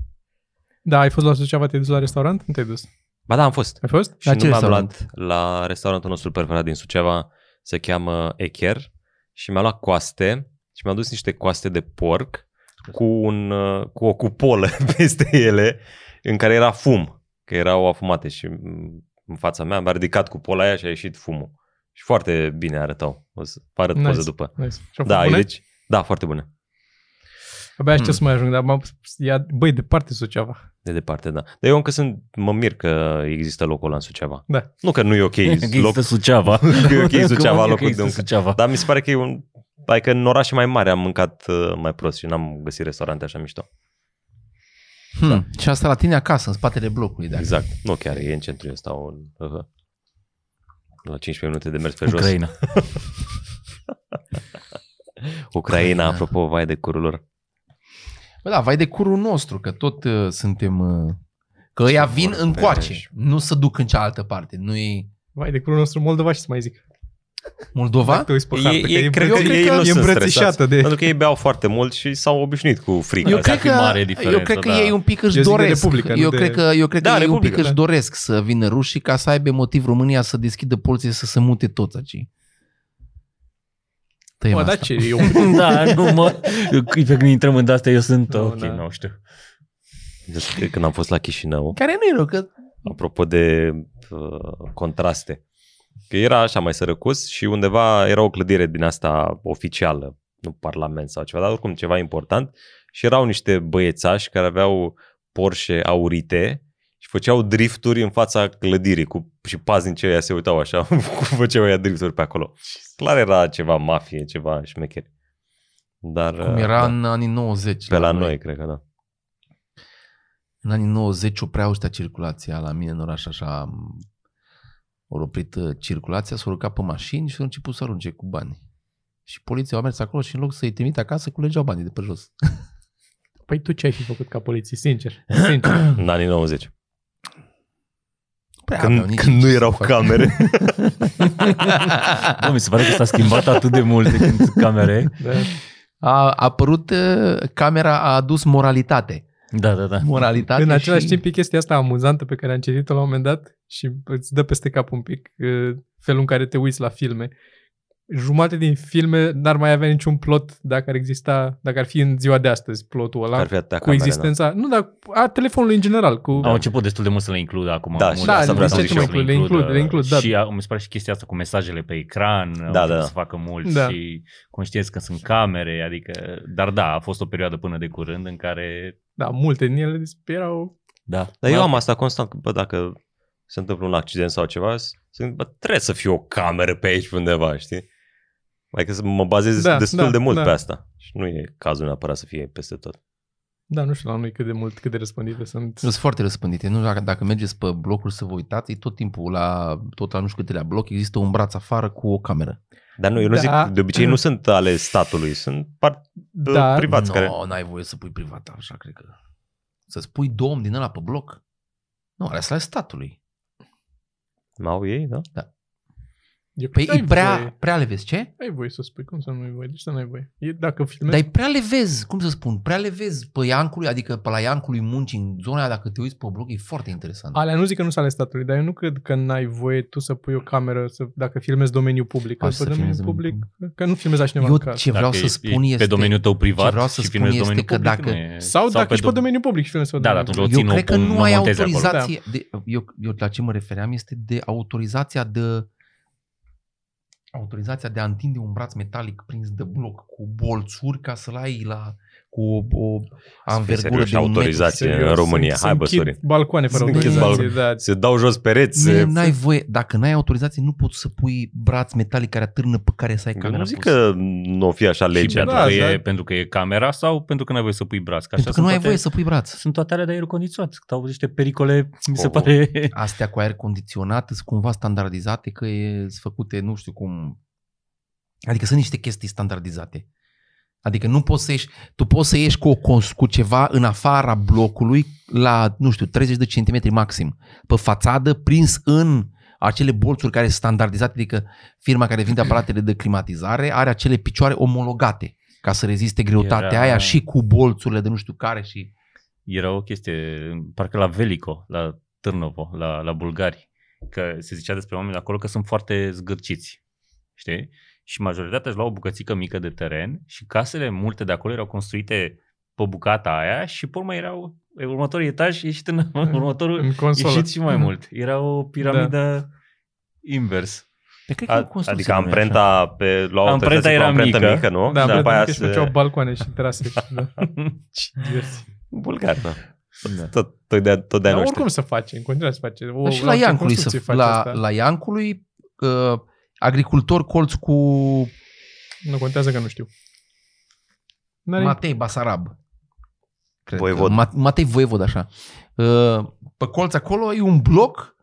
[SPEAKER 3] Da, ai fost la Suceava, te-ai dus la restaurant? Nu te-ai dus.
[SPEAKER 2] Ba da, am fost.
[SPEAKER 3] Ai fost?
[SPEAKER 2] Și
[SPEAKER 1] La
[SPEAKER 2] la
[SPEAKER 1] ce
[SPEAKER 2] nu m-am luat
[SPEAKER 1] restaurant?
[SPEAKER 2] la restaurantul nostru preferat din Suceava, se cheamă Echer și mi-a luat coaste și mi-a dus niște coaste de porc cu, un, uh, cu o cupolă peste ele în care era fum, că erau afumate și mm, în fața mea mi-a ridicat cupola aia și a ieșit fumul. Și foarte bine arătau. O să vă arăt
[SPEAKER 3] Nice.
[SPEAKER 2] nice. poze după.
[SPEAKER 3] Nice. Și-au
[SPEAKER 2] Da,
[SPEAKER 3] fost
[SPEAKER 2] e
[SPEAKER 3] bune?
[SPEAKER 2] deci, da, foarte bune.
[SPEAKER 3] Abia aștept
[SPEAKER 1] Hmm.
[SPEAKER 3] să mai ajung, dar m-am... Ia, băi, departe Suceava.
[SPEAKER 2] De departe, da. Dar eu încă sunt, mă mir că există locul ăla în Suceava.
[SPEAKER 3] Da.
[SPEAKER 2] Nu că nu e ok
[SPEAKER 4] Există
[SPEAKER 2] loc,
[SPEAKER 4] Suceava.
[SPEAKER 2] că e ok
[SPEAKER 4] Cum
[SPEAKER 2] Suceava
[SPEAKER 4] adică
[SPEAKER 2] locul de Da.
[SPEAKER 4] există
[SPEAKER 2] un
[SPEAKER 4] Suceava.
[SPEAKER 2] Dar mi se pare că e un... Adică în orașe mai mari am mâncat uh, mai prost și n-am găsit restaurante așa mișto.
[SPEAKER 1] Hmm. Și asta la tine acasă, în spatele blocului. Dacă.
[SPEAKER 2] Exact. Nu chiar, e în centru, eu stau în... Uh, la 15 minute de mers pe jos. Ucraina,
[SPEAKER 4] Ucraina.
[SPEAKER 2] Ucraina apropo, vai de curul lor.
[SPEAKER 1] Bă, da, vai de curul nostru, că tot uh, suntem... Uh, că ăia vin
[SPEAKER 2] vorbești.
[SPEAKER 1] încoace, nu se duc în cealaltă parte. Nu e
[SPEAKER 3] Vai, de curul nostru Moldova, ce să mai zic?
[SPEAKER 1] Moldova?
[SPEAKER 3] Dacă te uiți pe
[SPEAKER 2] Ei-
[SPEAKER 3] hartă,
[SPEAKER 2] ei
[SPEAKER 3] că e
[SPEAKER 2] cred că
[SPEAKER 3] îmbrăți-
[SPEAKER 2] ei nu
[SPEAKER 3] e
[SPEAKER 2] sunt
[SPEAKER 3] îmbrățișată de...
[SPEAKER 2] Pentru că ei beau foarte mult și s-au obișnuit cu frica.
[SPEAKER 1] Eu
[SPEAKER 4] Asta
[SPEAKER 1] cred,
[SPEAKER 4] ar fi
[SPEAKER 1] că,
[SPEAKER 4] mare
[SPEAKER 1] eu
[SPEAKER 4] diferență,
[SPEAKER 1] cred că
[SPEAKER 4] da.
[SPEAKER 1] ei un pic
[SPEAKER 3] Eu
[SPEAKER 1] își
[SPEAKER 3] zic de
[SPEAKER 1] doresc.
[SPEAKER 3] Republică, nu
[SPEAKER 1] eu,
[SPEAKER 3] de-
[SPEAKER 1] cred că, eu cred că ei
[SPEAKER 2] Da,
[SPEAKER 1] un
[SPEAKER 2] Republică,
[SPEAKER 1] pic își
[SPEAKER 3] da.
[SPEAKER 1] doresc să vină rușii ca să aibă motiv România să deschidă porții să se mute toți acei. Tăiem
[SPEAKER 3] Mă, da
[SPEAKER 1] asta.
[SPEAKER 3] ce, eu...
[SPEAKER 4] da, nu mă... Eu, pe când intrăm în astea, eu sunt...
[SPEAKER 3] Nu,
[SPEAKER 4] ok,
[SPEAKER 3] da.
[SPEAKER 4] nu știu.
[SPEAKER 2] Deci, cred, când am fost la Chișinău,
[SPEAKER 1] Care nu e rău, că
[SPEAKER 2] apropo de uh, contraste, că era așa mai sărăcus și undeva era o clădire din asta oficială, nu parlament sau ceva, dar oricum ceva important și erau niște băiețași care aveau Porsche aurite și făceau drifturi în fața clădirii cu, și paznicii ăia se uitau așa cum făceau ea drifturi pe acolo. Clar era ceva mafie, ceva șmecheri. Dar
[SPEAKER 1] cum
[SPEAKER 3] Ă,
[SPEAKER 2] uh,
[SPEAKER 1] era
[SPEAKER 2] da,
[SPEAKER 1] în anii 90.
[SPEAKER 2] pe la noi, cred că da.
[SPEAKER 1] În anii 90 opreau ăștia circulația la mine în oraș, așa am- au oprit uh, circulația, s-au urcat pe mașini și au început să arunce cu bani. Și poliția a mers acolo și în loc să-i trimite acasă, culegeau banii de pe jos.
[SPEAKER 3] Păi tu ce ai fi făcut ca poliție, sincer? Sincer.
[SPEAKER 2] În anii 90.
[SPEAKER 1] Prea aveau
[SPEAKER 2] Când,
[SPEAKER 1] Da, nici
[SPEAKER 2] când
[SPEAKER 1] ce
[SPEAKER 2] nu
[SPEAKER 1] să
[SPEAKER 2] erau
[SPEAKER 1] facă.
[SPEAKER 2] camere.
[SPEAKER 4] Bă, mi se pare că s-a schimbat atât de mult de când sunt camere.
[SPEAKER 3] Da.
[SPEAKER 1] A apărut, uh, camera a adus moralitate.
[SPEAKER 4] Da, da, da.
[SPEAKER 1] Moralitate
[SPEAKER 2] deci-
[SPEAKER 3] În același
[SPEAKER 1] și...
[SPEAKER 3] timp e chestia asta amuzantă pe care am citit-o la un moment dat și îți dă peste cap un pic uh, felul în care te uiți la filme. Jumate din filme n-ar mai avea niciun plot dacă ar exista, dacă ar fi în ziua de astăzi plotul ăla.
[SPEAKER 2] Ar fi atâtea
[SPEAKER 3] cu
[SPEAKER 2] camere, da.
[SPEAKER 3] existența, nu, dar a telefonului în general, cu
[SPEAKER 4] Au început destul de mult să le includă acum.
[SPEAKER 2] Da,
[SPEAKER 4] mult,
[SPEAKER 2] și asta vreau să
[SPEAKER 4] le
[SPEAKER 2] zic și eu.
[SPEAKER 4] includă.
[SPEAKER 3] Da. Le includ, le includ, da.
[SPEAKER 4] Și a, mi se pare și chestia asta cu mesajele pe ecran,
[SPEAKER 2] da,
[SPEAKER 4] da, da.
[SPEAKER 2] da.
[SPEAKER 4] să facă mult
[SPEAKER 3] Da.
[SPEAKER 4] da. și conștienți că sunt camere, adică, dar da, a fost o perioadă până de curând în care,
[SPEAKER 3] da, multe din ele erau
[SPEAKER 4] da.
[SPEAKER 2] Dar eu
[SPEAKER 4] Mă-
[SPEAKER 2] am asta constant, că, bă, dacă se întâmplă un accident sau ceva, să gândesc, bă, trebuie să fie o cameră pe aici pe undeva, știi? Adică să mă bazez
[SPEAKER 3] Da,
[SPEAKER 2] da, destul
[SPEAKER 3] da,
[SPEAKER 2] da, de mult
[SPEAKER 3] da.
[SPEAKER 2] da. pe asta. Și nu e cazul neapărat să fie peste tot.
[SPEAKER 3] da, nu știu la noi cât de mult, cât de răspândite sunt.
[SPEAKER 1] Sunt foarte răspândite. Nu știu dacă, dacă mergeți pe blocuri să vă uitați, e tot timpul la, tot la nu știu câtelea bloc, există un braț afară cu o cameră.
[SPEAKER 2] Dar nu, eu nu
[SPEAKER 3] Da.
[SPEAKER 2] da. zic, de obicei nu sunt ale statului, sunt par
[SPEAKER 3] Dar,
[SPEAKER 2] privați
[SPEAKER 1] no,
[SPEAKER 2] care...
[SPEAKER 1] n-ai voie să pui privat, așa cred că. Să-ți pui domn din ăla pe bloc? Nu, alea sunt ale statului.
[SPEAKER 2] N-au ei, da?
[SPEAKER 1] Da.
[SPEAKER 3] E,
[SPEAKER 1] Păi
[SPEAKER 3] ai
[SPEAKER 1] e prea,
[SPEAKER 3] Voie,
[SPEAKER 1] prea le vezi, ce?
[SPEAKER 3] ai voie să spui, cum să nu ai voie? Deci să nu ai voie. E, dacă
[SPEAKER 1] Dar
[SPEAKER 3] filmezi...
[SPEAKER 1] e prea le vezi, cum să spun, prea le vezi pe Iancului, adică pe la Iancului muncii în zona aia, dacă te uiți pe bloc, e foarte interesant.
[SPEAKER 3] Alea nu zic că nu sunt ale statului, dar eu nu cred că n-ai voie tu să pui o cameră să, dacă filmezi domeniul public. Că
[SPEAKER 1] Așa,
[SPEAKER 3] pe
[SPEAKER 1] să filmezi
[SPEAKER 3] domeniul
[SPEAKER 1] domeniul
[SPEAKER 3] public, că nu filmezi la cineva în
[SPEAKER 1] Eu
[SPEAKER 3] casă.
[SPEAKER 1] ce vreau
[SPEAKER 4] Dacă
[SPEAKER 1] să
[SPEAKER 4] e-
[SPEAKER 1] spun
[SPEAKER 4] e
[SPEAKER 1] este...
[SPEAKER 4] pe domeniul tău privat
[SPEAKER 1] ce vreau să
[SPEAKER 4] și
[SPEAKER 1] spun
[SPEAKER 4] filmezi
[SPEAKER 1] este
[SPEAKER 4] domeniul
[SPEAKER 1] că
[SPEAKER 4] public,
[SPEAKER 1] dacă-
[SPEAKER 4] nu e-
[SPEAKER 3] Sau, sau dacă ești pe
[SPEAKER 4] dom-
[SPEAKER 3] domeniul public și filmezi pe
[SPEAKER 4] Da,
[SPEAKER 3] domeniul
[SPEAKER 4] atunci
[SPEAKER 3] public.
[SPEAKER 1] Eu
[SPEAKER 4] țin,
[SPEAKER 1] cred
[SPEAKER 4] o-
[SPEAKER 1] că nu
[SPEAKER 4] o
[SPEAKER 1] ai
[SPEAKER 4] montezi acolo.
[SPEAKER 1] autorizație. De, eu, eu la ce mă refeream este de autorizația de autorizația de a întinde un braț metalic prins de bloc cu bolțuri ca să-l ai la cu o, o anvergură
[SPEAKER 2] serios,
[SPEAKER 1] de un metru.
[SPEAKER 2] autorizație.
[SPEAKER 3] Serios,
[SPEAKER 2] în România.
[SPEAKER 3] se
[SPEAKER 2] Hai, bă,
[SPEAKER 3] închid
[SPEAKER 2] Sorin.
[SPEAKER 3] balcoane fără
[SPEAKER 2] Se închid
[SPEAKER 3] autorizație.
[SPEAKER 2] balcoane.
[SPEAKER 3] Da,
[SPEAKER 2] Se dau jos pereți.
[SPEAKER 1] Nu,
[SPEAKER 2] se-
[SPEAKER 1] N-ai voie, dacă n-ai autorizație, nu poți să pui braț metalic care atârnă pe care să ai
[SPEAKER 2] Eu
[SPEAKER 1] camera
[SPEAKER 2] nu zic
[SPEAKER 1] pusă.
[SPEAKER 2] că nu o fi așa
[SPEAKER 4] Și
[SPEAKER 2] legea.
[SPEAKER 4] Deci, pentru,
[SPEAKER 2] Da.
[SPEAKER 3] da,
[SPEAKER 4] că e,
[SPEAKER 3] da.
[SPEAKER 4] pentru că e camera sau pentru că nu ai voie să pui braț? Că așa
[SPEAKER 1] Pentru că nu
[SPEAKER 4] sunt
[SPEAKER 1] ai
[SPEAKER 4] toate-
[SPEAKER 1] voie să pui braț.
[SPEAKER 4] Sunt toate alea de aer condiționat. Că au niște pericole, mi se
[SPEAKER 2] Oh.
[SPEAKER 4] pare...
[SPEAKER 1] Astea cu aer condiționat sunt cumva standardizate că e sunt făcute, nu știu cum... Adică sunt niște chestii standardizate. Adică nu poți să ieși, tu poți să ieși cu, o, cons- cu ceva în afara blocului la, nu știu, 30 de centimetri maxim, pe fațadă, prins în acele bolțuri care sunt standardizate, adică firma care vinde aparatele de climatizare are acele picioare omologate ca să reziste greutatea
[SPEAKER 4] Era-
[SPEAKER 1] aia și cu bolțurile de nu știu care și...
[SPEAKER 4] Era o chestie, parcă la Velico, la Târnovo, la, la Bulgari, că se zicea despre oameni de acolo că sunt foarte zgârciți, știi? Și majoritatea își luau o bucățică mică de teren și casele multe de acolo erau construite pe bucata aia și pe urmă erau următorul etaj ieșit în următorul
[SPEAKER 3] în consolă.
[SPEAKER 4] ieșit și mai mult. Era o piramidă da. invers.
[SPEAKER 1] Dar cred că e
[SPEAKER 2] A,
[SPEAKER 1] o construcție,
[SPEAKER 2] adică
[SPEAKER 1] domnule, așa.
[SPEAKER 2] amprenta pe luau
[SPEAKER 4] Amprenta
[SPEAKER 2] autorizație pe
[SPEAKER 4] era
[SPEAKER 2] amprenta
[SPEAKER 4] mică.
[SPEAKER 2] mică, nu?
[SPEAKER 3] Da,
[SPEAKER 2] și după
[SPEAKER 3] da,
[SPEAKER 2] aia
[SPEAKER 3] că și
[SPEAKER 2] se...
[SPEAKER 3] făceau balcoane și terase. și- Da. Ce diversi.
[SPEAKER 2] Bulgar, da.
[SPEAKER 4] Da.
[SPEAKER 2] Tot, tot de, tot de
[SPEAKER 3] Dar
[SPEAKER 2] noștri.
[SPEAKER 3] oricum se face, în continuare se face. O,
[SPEAKER 1] Dar și la
[SPEAKER 3] orice
[SPEAKER 1] Iancului,
[SPEAKER 3] construcție
[SPEAKER 1] să,
[SPEAKER 3] face
[SPEAKER 1] la,
[SPEAKER 3] asta.
[SPEAKER 1] la Iancului uh, agricultor colț cu
[SPEAKER 3] Nu contează că nu știu. N-are...
[SPEAKER 1] Matei Basarab. Cred că-
[SPEAKER 2] Voievod.
[SPEAKER 1] Ma- Matei Voievod, așa. Uh, pe colț acolo e un bloc,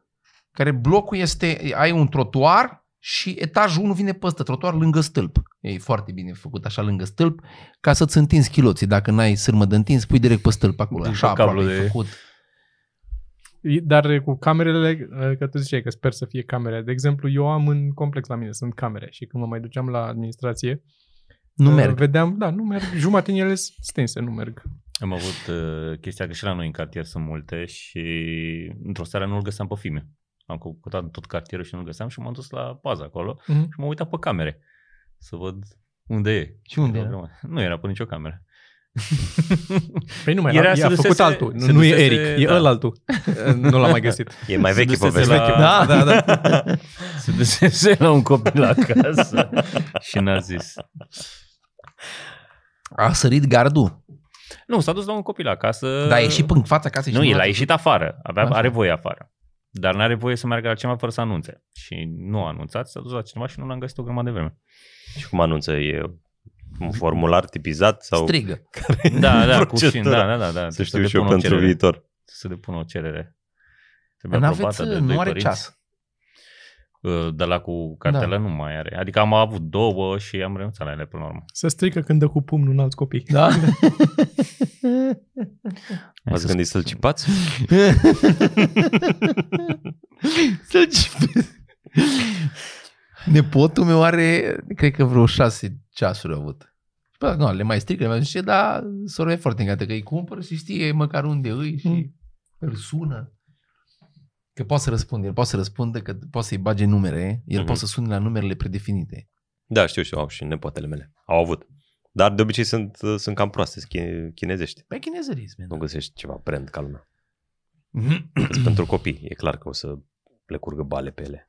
[SPEAKER 1] care blocul este, ai un trotuar și etajul 1 vine peste trotuar lângă stâlp. E foarte bine făcut așa lângă stâlp, ca să-ți întinzi chiloții. Dacă n-ai sârmă de întins, pui direct pe stâlp acolo.
[SPEAKER 4] Deci
[SPEAKER 1] Așa
[SPEAKER 4] pe cablu
[SPEAKER 1] aproape de...
[SPEAKER 4] de-
[SPEAKER 1] făcut.
[SPEAKER 3] Dar cu camerele, că tu ziceai că sper să fie camere. De exemplu, eu am în complex la mine, sunt camere și când mă mai duceam la administrație,
[SPEAKER 1] Nu
[SPEAKER 3] uh,
[SPEAKER 1] merg.
[SPEAKER 3] vedeam, da, nu merg. Jumate în ele sunt stinse, nu merg.
[SPEAKER 4] Am avut uh, chestia că și la noi în cartier sunt multe și într-o seară nu-l găseam pe Fime. Am căutat în tot cartierul și nu-l găseam și m-am dus la pază acolo
[SPEAKER 3] Mhm.
[SPEAKER 4] și m-am uitat pe camere să văd unde e.
[SPEAKER 1] Și unde era?
[SPEAKER 4] Nu era pe nicio cameră.
[SPEAKER 3] Păi nu mai
[SPEAKER 4] Era
[SPEAKER 3] era,
[SPEAKER 4] să
[SPEAKER 3] i-a făcut
[SPEAKER 4] dusese-
[SPEAKER 3] altul. Nu,
[SPEAKER 4] se
[SPEAKER 3] nu e
[SPEAKER 4] dusese-
[SPEAKER 3] Eric, e
[SPEAKER 4] da.
[SPEAKER 3] ăla altul. nu l-am mai găsit.
[SPEAKER 2] E mai
[SPEAKER 4] Se
[SPEAKER 2] vechi
[SPEAKER 4] dusese
[SPEAKER 2] povestea.
[SPEAKER 4] la-
[SPEAKER 3] Da, da, da.
[SPEAKER 4] Se dusese la un copil acasă și n-a zis.
[SPEAKER 1] A sărit gardul.
[SPEAKER 4] Nu, s-a dus la un copil acasă.
[SPEAKER 3] Uh,
[SPEAKER 1] Dar a ieșit în fața casei. și
[SPEAKER 4] Nu, el
[SPEAKER 1] l-a
[SPEAKER 4] a ieșit afară. Avea,
[SPEAKER 1] Așa.
[SPEAKER 4] are voie afară. Dar nu are voie să meargă la cineva fără să anunțe. Și nu a anunțat, s-a dus la cineva și nu l-am găsit o grămadă de vreme.
[SPEAKER 1] Da.
[SPEAKER 2] Și deci cum anunță? E un formular tipizat? Sau...
[SPEAKER 1] Strigă.
[SPEAKER 4] Da, da, cu
[SPEAKER 2] Procedura.
[SPEAKER 4] fin, da, da, da, da.
[SPEAKER 2] Să
[SPEAKER 4] Trebuie
[SPEAKER 2] știu și
[SPEAKER 4] depun
[SPEAKER 2] eu
[SPEAKER 4] o
[SPEAKER 2] pentru
[SPEAKER 4] cerere.
[SPEAKER 2] viitor.
[SPEAKER 4] Să depun o cerere. Trebuie
[SPEAKER 1] Nu
[SPEAKER 4] aprobată
[SPEAKER 1] aveți,
[SPEAKER 4] de doi
[SPEAKER 1] uh, nu are
[SPEAKER 4] părinți.
[SPEAKER 1] ceas.
[SPEAKER 4] Uh, De la cu cartela nu mai are. Adică am avut două și am renunțat la ele până la urmă.
[SPEAKER 3] Să strică când dă cu pumnul în alți copii.
[SPEAKER 1] Da?
[SPEAKER 4] Hai
[SPEAKER 2] V-ați
[SPEAKER 4] să
[SPEAKER 2] gândit să-l cipați?
[SPEAKER 1] Să-l cipesc. Nepotul meu are, cred că vreo șase ceasuri a avut. Bă, nu, le mai strică, le mai zice, dar sora e foarte încântată că îi cumpăr și știe măcar unde îi și
[SPEAKER 3] Mm.
[SPEAKER 1] îl sună. Că poate să răspunde, el poate să răspundă, că poate să-i bage numere, el
[SPEAKER 2] Mhm.
[SPEAKER 1] poate să sune la numerele predefinite.
[SPEAKER 2] Da, știu și eu, au și nepoatele mele. Au avut. Dar de obicei sunt, sunt cam proaste, sunt chi- chinezești.
[SPEAKER 1] Păi chinezărism, Mhm.
[SPEAKER 2] Nu
[SPEAKER 1] man.
[SPEAKER 2] găsești ceva brand ca lumea. Sunt pentru copii. E clar că o să le curgă bale pe ele.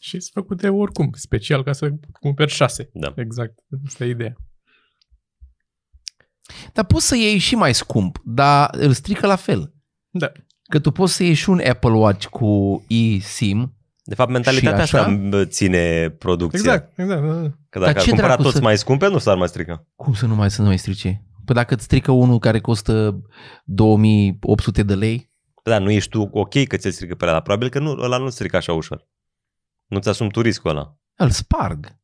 [SPEAKER 3] Și sunt făcute oricum, special ca să cumperi șase.
[SPEAKER 2] Da.
[SPEAKER 3] Exact, asta e ideea.
[SPEAKER 1] Dar poți să iei și mai scump, dar îl strică la fel.
[SPEAKER 3] Da.
[SPEAKER 1] Că tu poți să iei și un Apple Watch cu eSIM.
[SPEAKER 2] De fapt, mentalitatea
[SPEAKER 1] Și așa?
[SPEAKER 2] asta îmi ține producția.
[SPEAKER 3] Exact, exact. da, da.
[SPEAKER 2] Că dacă
[SPEAKER 1] Dar
[SPEAKER 2] ar
[SPEAKER 1] ce
[SPEAKER 2] cumpăra
[SPEAKER 1] dracu
[SPEAKER 2] toți
[SPEAKER 1] să-
[SPEAKER 2] mai scumpe, nu s-ar mai strica.
[SPEAKER 1] Cum să nu mai să nu mai strice? Păi dacă îți strică unul care costă 2800 de lei,
[SPEAKER 2] Da, nu ești tu ok că ți-l strică pe ăla, dar probabil că nu, ăla nu strică așa ușor. Nu ți asumi tu riscul ăla.
[SPEAKER 1] îl sparg.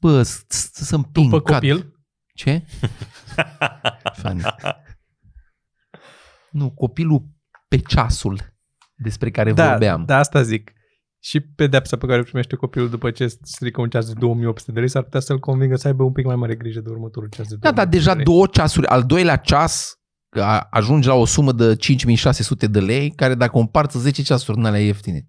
[SPEAKER 1] Bă, s- s- să împing
[SPEAKER 3] După
[SPEAKER 1] cat.
[SPEAKER 3] copil,
[SPEAKER 1] Ce? Funny. Nu, copilul pe ceasul despre care vorbeam.
[SPEAKER 3] da, asta zic. și pedepsa pe care o primește copilul după ce strică un ceas de 2800 de lei s-ar putea să-l convingă să aibă un pic mai mare grijă de următorul ceas de
[SPEAKER 1] Da, dar
[SPEAKER 3] 2800
[SPEAKER 1] deja
[SPEAKER 3] de lei.
[SPEAKER 1] două ceasuri, al doilea ceas a- ajunge la o sumă de 5600 de lei, care dacă o împarți 10 ceasuri, nu alea ieftine.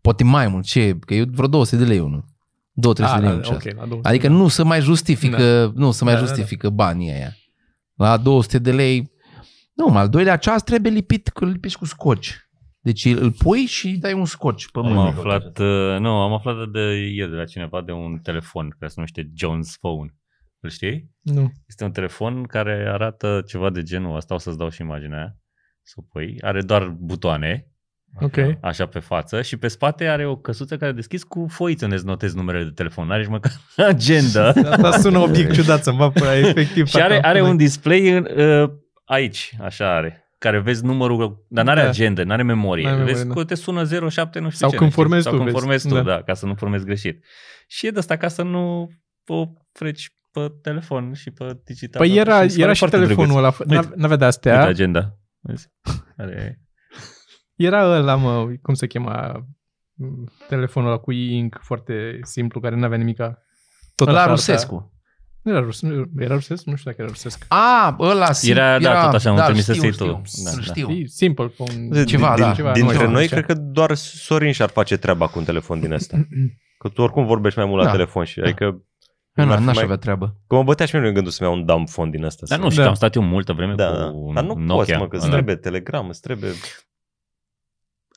[SPEAKER 1] Poate mai mult, ce? Că e vreo 200 de lei unul. 200 de
[SPEAKER 3] Ah,
[SPEAKER 1] lei
[SPEAKER 3] da,
[SPEAKER 1] un ceas.
[SPEAKER 3] ok, la 200
[SPEAKER 1] Adică
[SPEAKER 3] de lei.
[SPEAKER 1] nu se mai justifică, da. nu se mai da,
[SPEAKER 3] Da, da, da.
[SPEAKER 1] justifică da, da. banii aia. La 200 de lei, nu, mă, al doilea ceas trebuie lipit, că îl lipești cu scoci. Deci îl îl pui și îi dai un scoci pe
[SPEAKER 4] Am
[SPEAKER 1] mână.
[SPEAKER 4] aflat, uh, nu, am aflat de ieri de la cineva de un telefon care se numește Jones Phone. Îl știi?
[SPEAKER 3] Nu.
[SPEAKER 4] Este un telefon care arată ceva de genul ăsta, o să-ți dau și imaginea, să o pui. Are doar butoane,
[SPEAKER 3] Ok.
[SPEAKER 4] așa pe față, și pe spate are o căsuță care deschizi cu foiță ne notezi numerele de telefon. N-are și măcar agenda.
[SPEAKER 3] Asta sună un pic ciudat să mă păi, efectiv.
[SPEAKER 4] și are,
[SPEAKER 3] parcă-
[SPEAKER 4] are un display în, uh, aici, așa are care vezi numărul, dar n-are
[SPEAKER 3] Da.
[SPEAKER 4] agenda, n-are memorie.
[SPEAKER 3] N-are memorie,
[SPEAKER 4] vezi
[SPEAKER 3] da.
[SPEAKER 4] că te sună 07, nu știu
[SPEAKER 3] Sau
[SPEAKER 4] ce.
[SPEAKER 3] când
[SPEAKER 4] nu știu.
[SPEAKER 3] formezi
[SPEAKER 4] Sau
[SPEAKER 3] tu,
[SPEAKER 4] când
[SPEAKER 3] vezi.
[SPEAKER 4] formezi tu,
[SPEAKER 3] Da.
[SPEAKER 4] da. da, ca să nu formezi greșit. Și e de asta ca să nu o freci pe telefon și pe digital.
[SPEAKER 3] Păi era,
[SPEAKER 4] Mi se pare
[SPEAKER 3] era și
[SPEAKER 4] foarte
[SPEAKER 3] telefonul
[SPEAKER 4] drăguț.
[SPEAKER 3] ăla,
[SPEAKER 4] Uite.
[SPEAKER 3] n-avea de-astea.
[SPEAKER 4] Uite agenda. Vezi? Are...
[SPEAKER 3] Era ăla, mă, cum se chema m, telefonul ăla cu ink foarte simplu, care n-avea nimica. Tot
[SPEAKER 1] Ăla
[SPEAKER 3] așa
[SPEAKER 1] Rusescu.
[SPEAKER 3] arăta. Nu era, rus, era rusesc? Nu știu dacă era rusesc.
[SPEAKER 1] A, ăla sim-
[SPEAKER 4] Era, da, tot așa, mă
[SPEAKER 1] da,
[SPEAKER 4] trimisese
[SPEAKER 1] știu,
[SPEAKER 4] tu.
[SPEAKER 1] știu,
[SPEAKER 4] Da,
[SPEAKER 1] îl
[SPEAKER 4] da.
[SPEAKER 1] știu.
[SPEAKER 3] E Simple phone.
[SPEAKER 2] Din-
[SPEAKER 1] Ceva,
[SPEAKER 2] din,
[SPEAKER 1] da.
[SPEAKER 3] ceva,
[SPEAKER 2] dintre
[SPEAKER 3] nu știu.
[SPEAKER 2] noi, cred că doar Sorin și-ar face treaba cu un telefon din ăsta. Că tu oricum vorbești mai mult la
[SPEAKER 1] Da.
[SPEAKER 2] telefon și adică...
[SPEAKER 1] Eu
[SPEAKER 2] mi-ar
[SPEAKER 1] n-
[SPEAKER 2] fi
[SPEAKER 1] n-aș
[SPEAKER 2] mai-
[SPEAKER 1] avea treabă.
[SPEAKER 2] Că mă bătea și mie în gândul să-mi iau un dumb phone din ăsta.
[SPEAKER 4] Dar
[SPEAKER 2] să-
[SPEAKER 4] nu știu,
[SPEAKER 3] Da.
[SPEAKER 4] am stat eu multă vreme
[SPEAKER 2] da, da.
[SPEAKER 4] cu
[SPEAKER 2] Dar nu
[SPEAKER 4] Nokia.
[SPEAKER 2] poți, mă, că îți
[SPEAKER 4] Ăla.
[SPEAKER 2] trebuie Telegram, îți trebuie...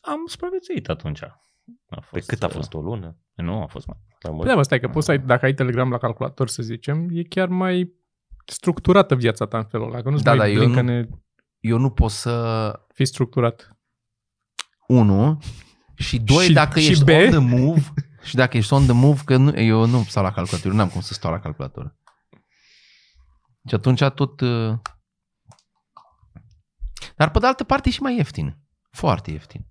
[SPEAKER 4] Am supraviețuit atunci. A
[SPEAKER 2] Pe
[SPEAKER 4] fost, uh,
[SPEAKER 2] cât a fost? O lună?
[SPEAKER 4] Nu, a fost mai.
[SPEAKER 2] Mai mult?
[SPEAKER 3] Da, mă, stai că poți să ai, dacă ai Telegram la calculator, să zicem, e chiar mai structurată viața ta în felul ăla, că nu-ți
[SPEAKER 1] Da,
[SPEAKER 3] mai
[SPEAKER 1] da, eu
[SPEAKER 3] blincă
[SPEAKER 1] nu-
[SPEAKER 3] ne
[SPEAKER 1] Eu nu pot să...
[SPEAKER 3] fi structurat.
[SPEAKER 1] Unu. Și doi,
[SPEAKER 3] Și-
[SPEAKER 1] dacă
[SPEAKER 3] și
[SPEAKER 1] ești
[SPEAKER 3] B?
[SPEAKER 1] on the move... Și dacă ești on the move, că nu, eu nu stau la calculator, eu n-am cum să stau la calculator. Și atunci tot... uh, Dar pe de altă parte e și mai ieftin. Foarte ieftin.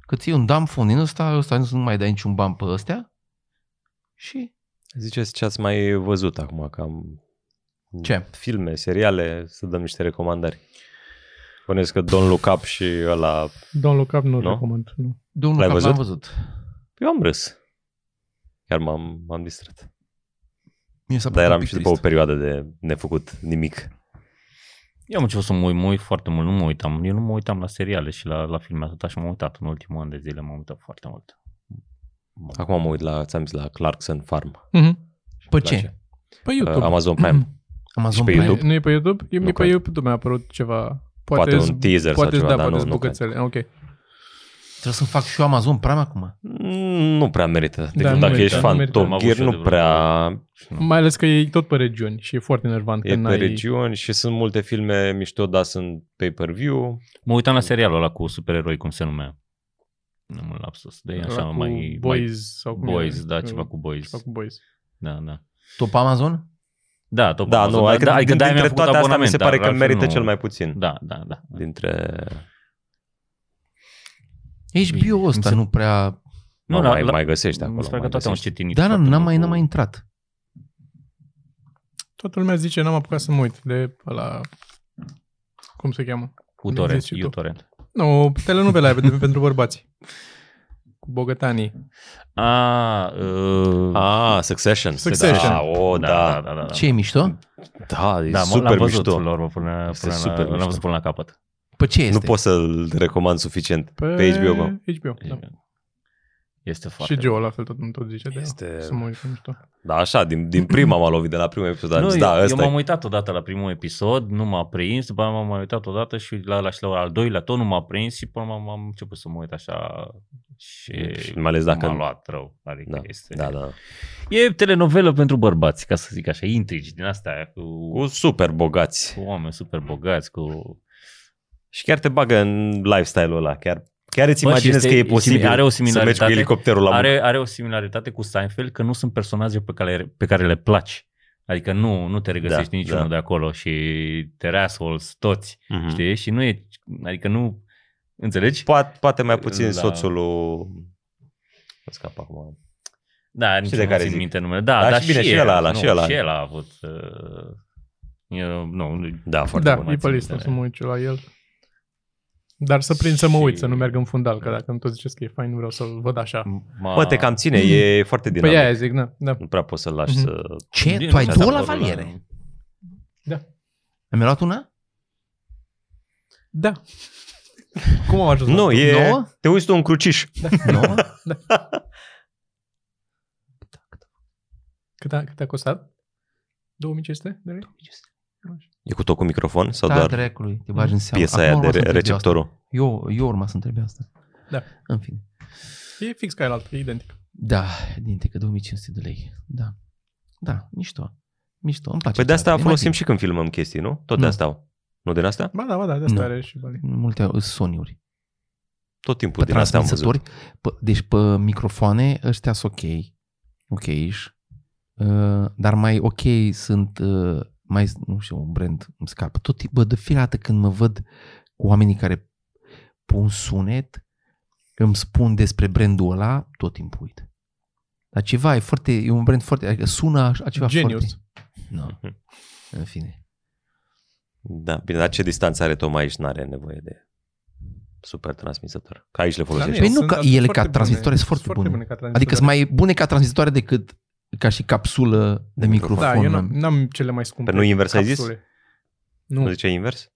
[SPEAKER 1] Că ții un dumb phone din ăsta, ăsta nu mai dai niciun ban pe ăstea. Și
[SPEAKER 2] Ziceți ce ați mai văzut acum, că am...
[SPEAKER 1] Ce?
[SPEAKER 2] Filme, seriale, să dăm niște recomandări. Bănuiesc că Don Look Up și ăla...
[SPEAKER 3] Don't look up, nu
[SPEAKER 2] Nu?
[SPEAKER 3] recomand. Nu.
[SPEAKER 1] domnul
[SPEAKER 2] L-ai
[SPEAKER 1] Cap l-am
[SPEAKER 2] văzut?
[SPEAKER 1] văzut.
[SPEAKER 2] Eu am râs. Chiar m-am, m-am distrat.
[SPEAKER 1] Mi s-a părut
[SPEAKER 2] Dar
[SPEAKER 1] un
[SPEAKER 2] eram
[SPEAKER 1] pic
[SPEAKER 2] și după o
[SPEAKER 1] trist.
[SPEAKER 2] perioadă de nefăcut nimic.
[SPEAKER 4] Eu am început să mă uit, mă uit foarte mult, nu mă uitam. Eu nu mă uitam la seriale și la, la filme atât și m-am uitat în ultimul an de zile, m-am uitat foarte mult.
[SPEAKER 2] Acum mă uit la, ți-am zis, la Clarkson Farm.
[SPEAKER 3] Mm-hmm.
[SPEAKER 1] Pe
[SPEAKER 2] Îmi
[SPEAKER 1] ce?
[SPEAKER 2] place.
[SPEAKER 3] Pe
[SPEAKER 2] Păi Uh,
[SPEAKER 3] YouTube.
[SPEAKER 2] Amazon Prime.
[SPEAKER 1] Amazon
[SPEAKER 2] pe
[SPEAKER 1] Prime.
[SPEAKER 2] YouTube?
[SPEAKER 3] Nu e pe YouTube? E
[SPEAKER 2] Nu
[SPEAKER 3] e pe
[SPEAKER 2] cred.
[SPEAKER 3] YouTube mi-a apărut ceva.
[SPEAKER 2] Poate,
[SPEAKER 3] Poate,
[SPEAKER 2] un teaser
[SPEAKER 3] poate
[SPEAKER 2] sau ceva,
[SPEAKER 3] da,
[SPEAKER 2] dar
[SPEAKER 3] poate
[SPEAKER 2] nu, nu, cred.
[SPEAKER 3] bucățele. Ok.
[SPEAKER 1] Trebuie să-mi fac și eu Amazon Prime acum.
[SPEAKER 2] nu prea merită. Decât
[SPEAKER 3] nu
[SPEAKER 2] dacă
[SPEAKER 3] merită,
[SPEAKER 2] ești
[SPEAKER 3] nu
[SPEAKER 2] fan
[SPEAKER 3] merită.
[SPEAKER 4] Am
[SPEAKER 2] Top
[SPEAKER 4] avut
[SPEAKER 2] Gear,
[SPEAKER 4] și eu de
[SPEAKER 2] nu
[SPEAKER 4] vreo
[SPEAKER 2] prea
[SPEAKER 3] Mai ales că e tot pe regiuni și e foarte enervant
[SPEAKER 2] e
[SPEAKER 3] când
[SPEAKER 2] pe
[SPEAKER 3] ai...
[SPEAKER 2] regiuni și sunt multe filme mișto, dar sunt pay-per-view.
[SPEAKER 4] Mă uitam
[SPEAKER 2] Mm.
[SPEAKER 4] la serialul ăla cu supereroi, cum se numea. Am un lapsus de așa
[SPEAKER 3] Ăla cu
[SPEAKER 4] mai...
[SPEAKER 3] Boys
[SPEAKER 4] mai,
[SPEAKER 3] sau cum
[SPEAKER 4] boys,
[SPEAKER 3] e?
[SPEAKER 4] da, ceva cu boys.
[SPEAKER 3] Ceva cu boys.
[SPEAKER 4] Da, da.
[SPEAKER 1] Top Amazon?
[SPEAKER 4] Da, tot
[SPEAKER 2] Da, nu, adică, da, adică dintre
[SPEAKER 4] de-aia mi-am făcut
[SPEAKER 2] toate astea mi
[SPEAKER 4] abonament,
[SPEAKER 2] se
[SPEAKER 4] dar
[SPEAKER 2] pare că
[SPEAKER 4] altfel
[SPEAKER 2] merită
[SPEAKER 4] nu.
[SPEAKER 2] cel mai puțin.
[SPEAKER 4] Da, da, da.
[SPEAKER 2] Dintre...
[SPEAKER 1] HBO ăsta
[SPEAKER 4] se-
[SPEAKER 1] nu prea...
[SPEAKER 2] Nu,
[SPEAKER 4] la-
[SPEAKER 2] mai,
[SPEAKER 4] la-
[SPEAKER 2] mai găsești acolo.
[SPEAKER 4] Mi se pare că
[SPEAKER 2] mai
[SPEAKER 4] toate am
[SPEAKER 2] găsești. Da,
[SPEAKER 4] citit
[SPEAKER 1] Dar Da, n-am mai, n-am mai intrat.
[SPEAKER 3] Toată lumea zice, n-am apucat să mă uit de la... Cum se cheamă?
[SPEAKER 4] Cu
[SPEAKER 3] Zici
[SPEAKER 4] Torrent,
[SPEAKER 3] și tu.
[SPEAKER 4] uTorrent.
[SPEAKER 3] Nu, telenovela aia de- pentru bărbați. Cu bogătanii.
[SPEAKER 4] A, uh,
[SPEAKER 2] Ah, Succession.
[SPEAKER 3] Succession.
[SPEAKER 2] Da, oh, da.
[SPEAKER 4] da, da, da. da.
[SPEAKER 1] Ce e mișto?
[SPEAKER 2] Da, e
[SPEAKER 4] Da, mă,
[SPEAKER 2] super
[SPEAKER 4] l-am văzut
[SPEAKER 2] mișto.
[SPEAKER 4] la urmă până, până,
[SPEAKER 2] Este
[SPEAKER 4] la,
[SPEAKER 2] super
[SPEAKER 4] l-am
[SPEAKER 2] mișto.
[SPEAKER 4] văzut până la capăt.
[SPEAKER 1] Pe Păi ce este?
[SPEAKER 2] Nu pot să-l recomand suficient
[SPEAKER 3] Păi,
[SPEAKER 2] pe, pe HBO. Bă.
[SPEAKER 3] HBO, da.
[SPEAKER 4] Este
[SPEAKER 3] Și
[SPEAKER 4] foarte...
[SPEAKER 3] Joe la fel tot, nu tot zice de
[SPEAKER 2] Este-
[SPEAKER 3] este... Să mă uit, nu știu.
[SPEAKER 2] Da, așa, din, din prima m-a lovit, de la primul episod. Nu,
[SPEAKER 4] nu,
[SPEAKER 2] da,
[SPEAKER 4] eu, eu
[SPEAKER 2] ăsta
[SPEAKER 4] m-am
[SPEAKER 2] e.
[SPEAKER 4] uitat odată la primul episod, nu m-a prins, după aia m-am mai uitat odată și la, la, și la al doilea tot nu m-a prins și până m-am, am început să mă uit așa și,
[SPEAKER 2] Și mai ales dacă-
[SPEAKER 4] m-a luat rău. Adică
[SPEAKER 2] Da,
[SPEAKER 4] este...
[SPEAKER 2] da, da.
[SPEAKER 4] E telenovelă pentru bărbați, ca să zic așa, intrigi din astea cu,
[SPEAKER 2] Cu super bogați.
[SPEAKER 4] cu oameni super bogați, cu...
[SPEAKER 2] Și chiar te bagă în lifestyle-ul ăla. Chiar, chiar îți
[SPEAKER 4] Bă, și
[SPEAKER 2] imaginezi
[SPEAKER 4] este-
[SPEAKER 2] că e
[SPEAKER 4] e simi-
[SPEAKER 2] posibil
[SPEAKER 4] are o
[SPEAKER 2] să mergi cu
[SPEAKER 4] similaritate.
[SPEAKER 2] elicopterul la muncă.
[SPEAKER 4] Are, are o similaritate cu Seinfeld că nu sunt personaje pe care, pe care le placi. Adică nu, nu te regăsești
[SPEAKER 2] Da,
[SPEAKER 4] da, niciunul
[SPEAKER 2] da.
[SPEAKER 4] da. de acolo și te assholes toți,
[SPEAKER 2] Mhm.
[SPEAKER 4] mm-hmm. știi? Și nu e, adică nu, înțelegi?
[SPEAKER 2] Poate, poate mai puțin
[SPEAKER 4] La-
[SPEAKER 2] soțul lui... Mă scap acum.
[SPEAKER 4] Da, nici
[SPEAKER 2] Știi
[SPEAKER 4] de
[SPEAKER 2] de care
[SPEAKER 4] care țin
[SPEAKER 2] zic.
[SPEAKER 4] minte numele. Da,
[SPEAKER 2] Da,
[SPEAKER 4] da, da
[SPEAKER 2] și bine, și ăla, ăla,
[SPEAKER 4] nu,
[SPEAKER 2] și ăla.
[SPEAKER 4] Și el a avut... Uh, eu, nu,
[SPEAKER 2] Da, foarte
[SPEAKER 3] Da,
[SPEAKER 2] bun.
[SPEAKER 4] bun,
[SPEAKER 3] e pe
[SPEAKER 4] mai
[SPEAKER 3] listă,
[SPEAKER 4] țin
[SPEAKER 3] să mă uit și la el. Dar să prind să mă uit,
[SPEAKER 4] Și-
[SPEAKER 3] să nu merg în fundal, că dacă îmi tot ziceți că e fain, vreau să-l văd așa.
[SPEAKER 4] M-a-
[SPEAKER 2] Bă, te cam ține, e foarte
[SPEAKER 3] Păi
[SPEAKER 2] dinamic.
[SPEAKER 3] aia zic, na, da.
[SPEAKER 2] Nu prea poți să-l lași
[SPEAKER 3] Mhm.
[SPEAKER 2] să...
[SPEAKER 1] Ce?
[SPEAKER 4] Din-
[SPEAKER 1] tu
[SPEAKER 2] Păi
[SPEAKER 1] ai
[SPEAKER 4] așa
[SPEAKER 1] două
[SPEAKER 4] s-a
[SPEAKER 1] la
[SPEAKER 4] părut
[SPEAKER 1] valiere?
[SPEAKER 3] Da.
[SPEAKER 1] Am luat una?
[SPEAKER 3] Da. Cum am ajuns? Da. la
[SPEAKER 2] Nu,
[SPEAKER 3] asta?
[SPEAKER 2] e...
[SPEAKER 1] Nouă?
[SPEAKER 2] Te uiți tu în cruciș.
[SPEAKER 1] Nouă?
[SPEAKER 3] Da. Cât a, cât a costat? 2500 de lei?
[SPEAKER 2] E cu tot cu microfon sau
[SPEAKER 1] Da,
[SPEAKER 2] doar
[SPEAKER 1] dracului, te bagi în seama.
[SPEAKER 2] piesa
[SPEAKER 1] Acum
[SPEAKER 2] aia
[SPEAKER 1] urma
[SPEAKER 2] de
[SPEAKER 1] să
[SPEAKER 2] re-
[SPEAKER 1] întreb eu asta.
[SPEAKER 2] receptorul? Păi
[SPEAKER 1] Eu, eu urma să întreb eu asta.
[SPEAKER 3] Da.
[SPEAKER 1] În fine.
[SPEAKER 3] E fix ca el altă, e identic.
[SPEAKER 1] Da, dinte că 2500 de lei. Da. Da, mișto. Mișto, îmi place.
[SPEAKER 2] Păi de
[SPEAKER 1] țara, e
[SPEAKER 2] asta
[SPEAKER 1] mai
[SPEAKER 2] folosim
[SPEAKER 1] bine.
[SPEAKER 2] și când filmăm chestii, nu? Tot
[SPEAKER 1] Nu.
[SPEAKER 2] de asta au. Nu din asta?
[SPEAKER 3] Ba da, ba da, de asta
[SPEAKER 1] Nu.
[SPEAKER 3] are și bani.
[SPEAKER 1] Multe soniuri.
[SPEAKER 2] Tot timpul
[SPEAKER 1] Pe
[SPEAKER 2] din asta am
[SPEAKER 1] transmisători.
[SPEAKER 2] văzut.
[SPEAKER 1] Pe, deci pe microfoane ăștia sunt ok. Ok uh, Dar mai ok sunt uh, mai, nu știu, un brand îmi scapă. Tot tip- bă, de fiecare dată când mă văd cu oamenii care pun sunet, îmi spun despre brandul ăla, tot timpul uit. Dar ceva, e foarte, e un brand foarte, adică sună așa, ceva
[SPEAKER 3] Genius.
[SPEAKER 1] foarte. No. În fine.
[SPEAKER 2] Da, bine, dar ce distanță are Tom aici? N-are nevoie de super transmisător. Că aici le
[SPEAKER 3] Dar
[SPEAKER 2] folosești.
[SPEAKER 1] Păi nu
[SPEAKER 3] sunt
[SPEAKER 1] că
[SPEAKER 3] adică
[SPEAKER 1] ele
[SPEAKER 3] foarte
[SPEAKER 1] ca transmistoare sunt
[SPEAKER 3] bune.
[SPEAKER 1] foarte bune.
[SPEAKER 3] ca transmistoare.
[SPEAKER 1] Adică sunt mai bune ca transmitoare decât ca și capsulă de
[SPEAKER 2] Microfon.
[SPEAKER 1] microfon.
[SPEAKER 3] Da, eu n-am, n-am cele mai scumpe
[SPEAKER 2] Pe nu invers ai zis?
[SPEAKER 3] capsule. Păi
[SPEAKER 2] Nu
[SPEAKER 3] Nu, Da,
[SPEAKER 2] zice invers?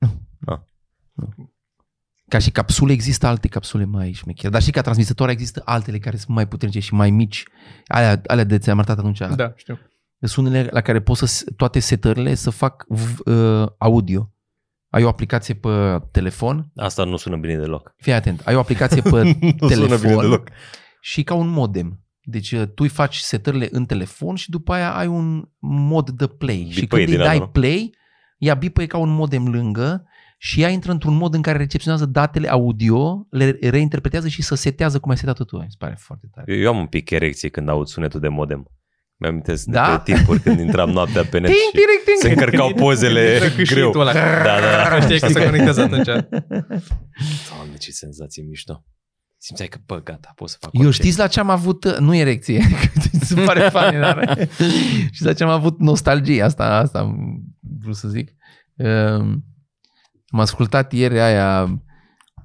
[SPEAKER 1] Ca și capsule există alte capsule mai șmechere, dar și ca transmisătoare există altele care sunt mai puternice și mai mici. Alea, alea de ți-am arătat atunci.
[SPEAKER 3] da, știu.
[SPEAKER 1] Sunt unele la care poți să toate setările să fac v, uh, audio. Ai o aplicație pe telefon,
[SPEAKER 2] Asta nu sună bine deloc.
[SPEAKER 1] fii atent, ai o aplicație pe
[SPEAKER 2] nu sună bine
[SPEAKER 1] Telefon.
[SPEAKER 2] deloc.
[SPEAKER 1] și ca un modem. Deci uh, tu îi faci setările în telefon și după aia ai un mod de play. și
[SPEAKER 2] Bipăie
[SPEAKER 1] când îi
[SPEAKER 2] din
[SPEAKER 1] dai
[SPEAKER 2] ăla, nu?
[SPEAKER 1] play, ea bipăie ca un modem lângă și ea intră într-un mod în care recepționează datele audio, le reinterpretează și să setează cum ai setat tu. Mi se pare foarte tare.
[SPEAKER 2] Eu, eu am un pic erecție când aud sunetul de modem. Mi-am amintesc
[SPEAKER 1] Da?
[SPEAKER 2] de pe timpuri când intram noaptea pe net
[SPEAKER 1] Ting,
[SPEAKER 2] și
[SPEAKER 1] ting, ting.
[SPEAKER 2] se încărcau pozele
[SPEAKER 3] Intră câșitul
[SPEAKER 2] greu.
[SPEAKER 3] ăla.
[SPEAKER 2] Da, da, da.
[SPEAKER 3] Că știi că se conectează atunci.
[SPEAKER 2] Doamne, ce senzație mișto. Simțeai că, bă, gata, pot să fac
[SPEAKER 1] Eu știți la ce am avut, uh, nu erecție, că mi se pare funny, dar știți la ce am avut nostalgie, asta, asta am vrut să zic. Um, am ascultat ieri aia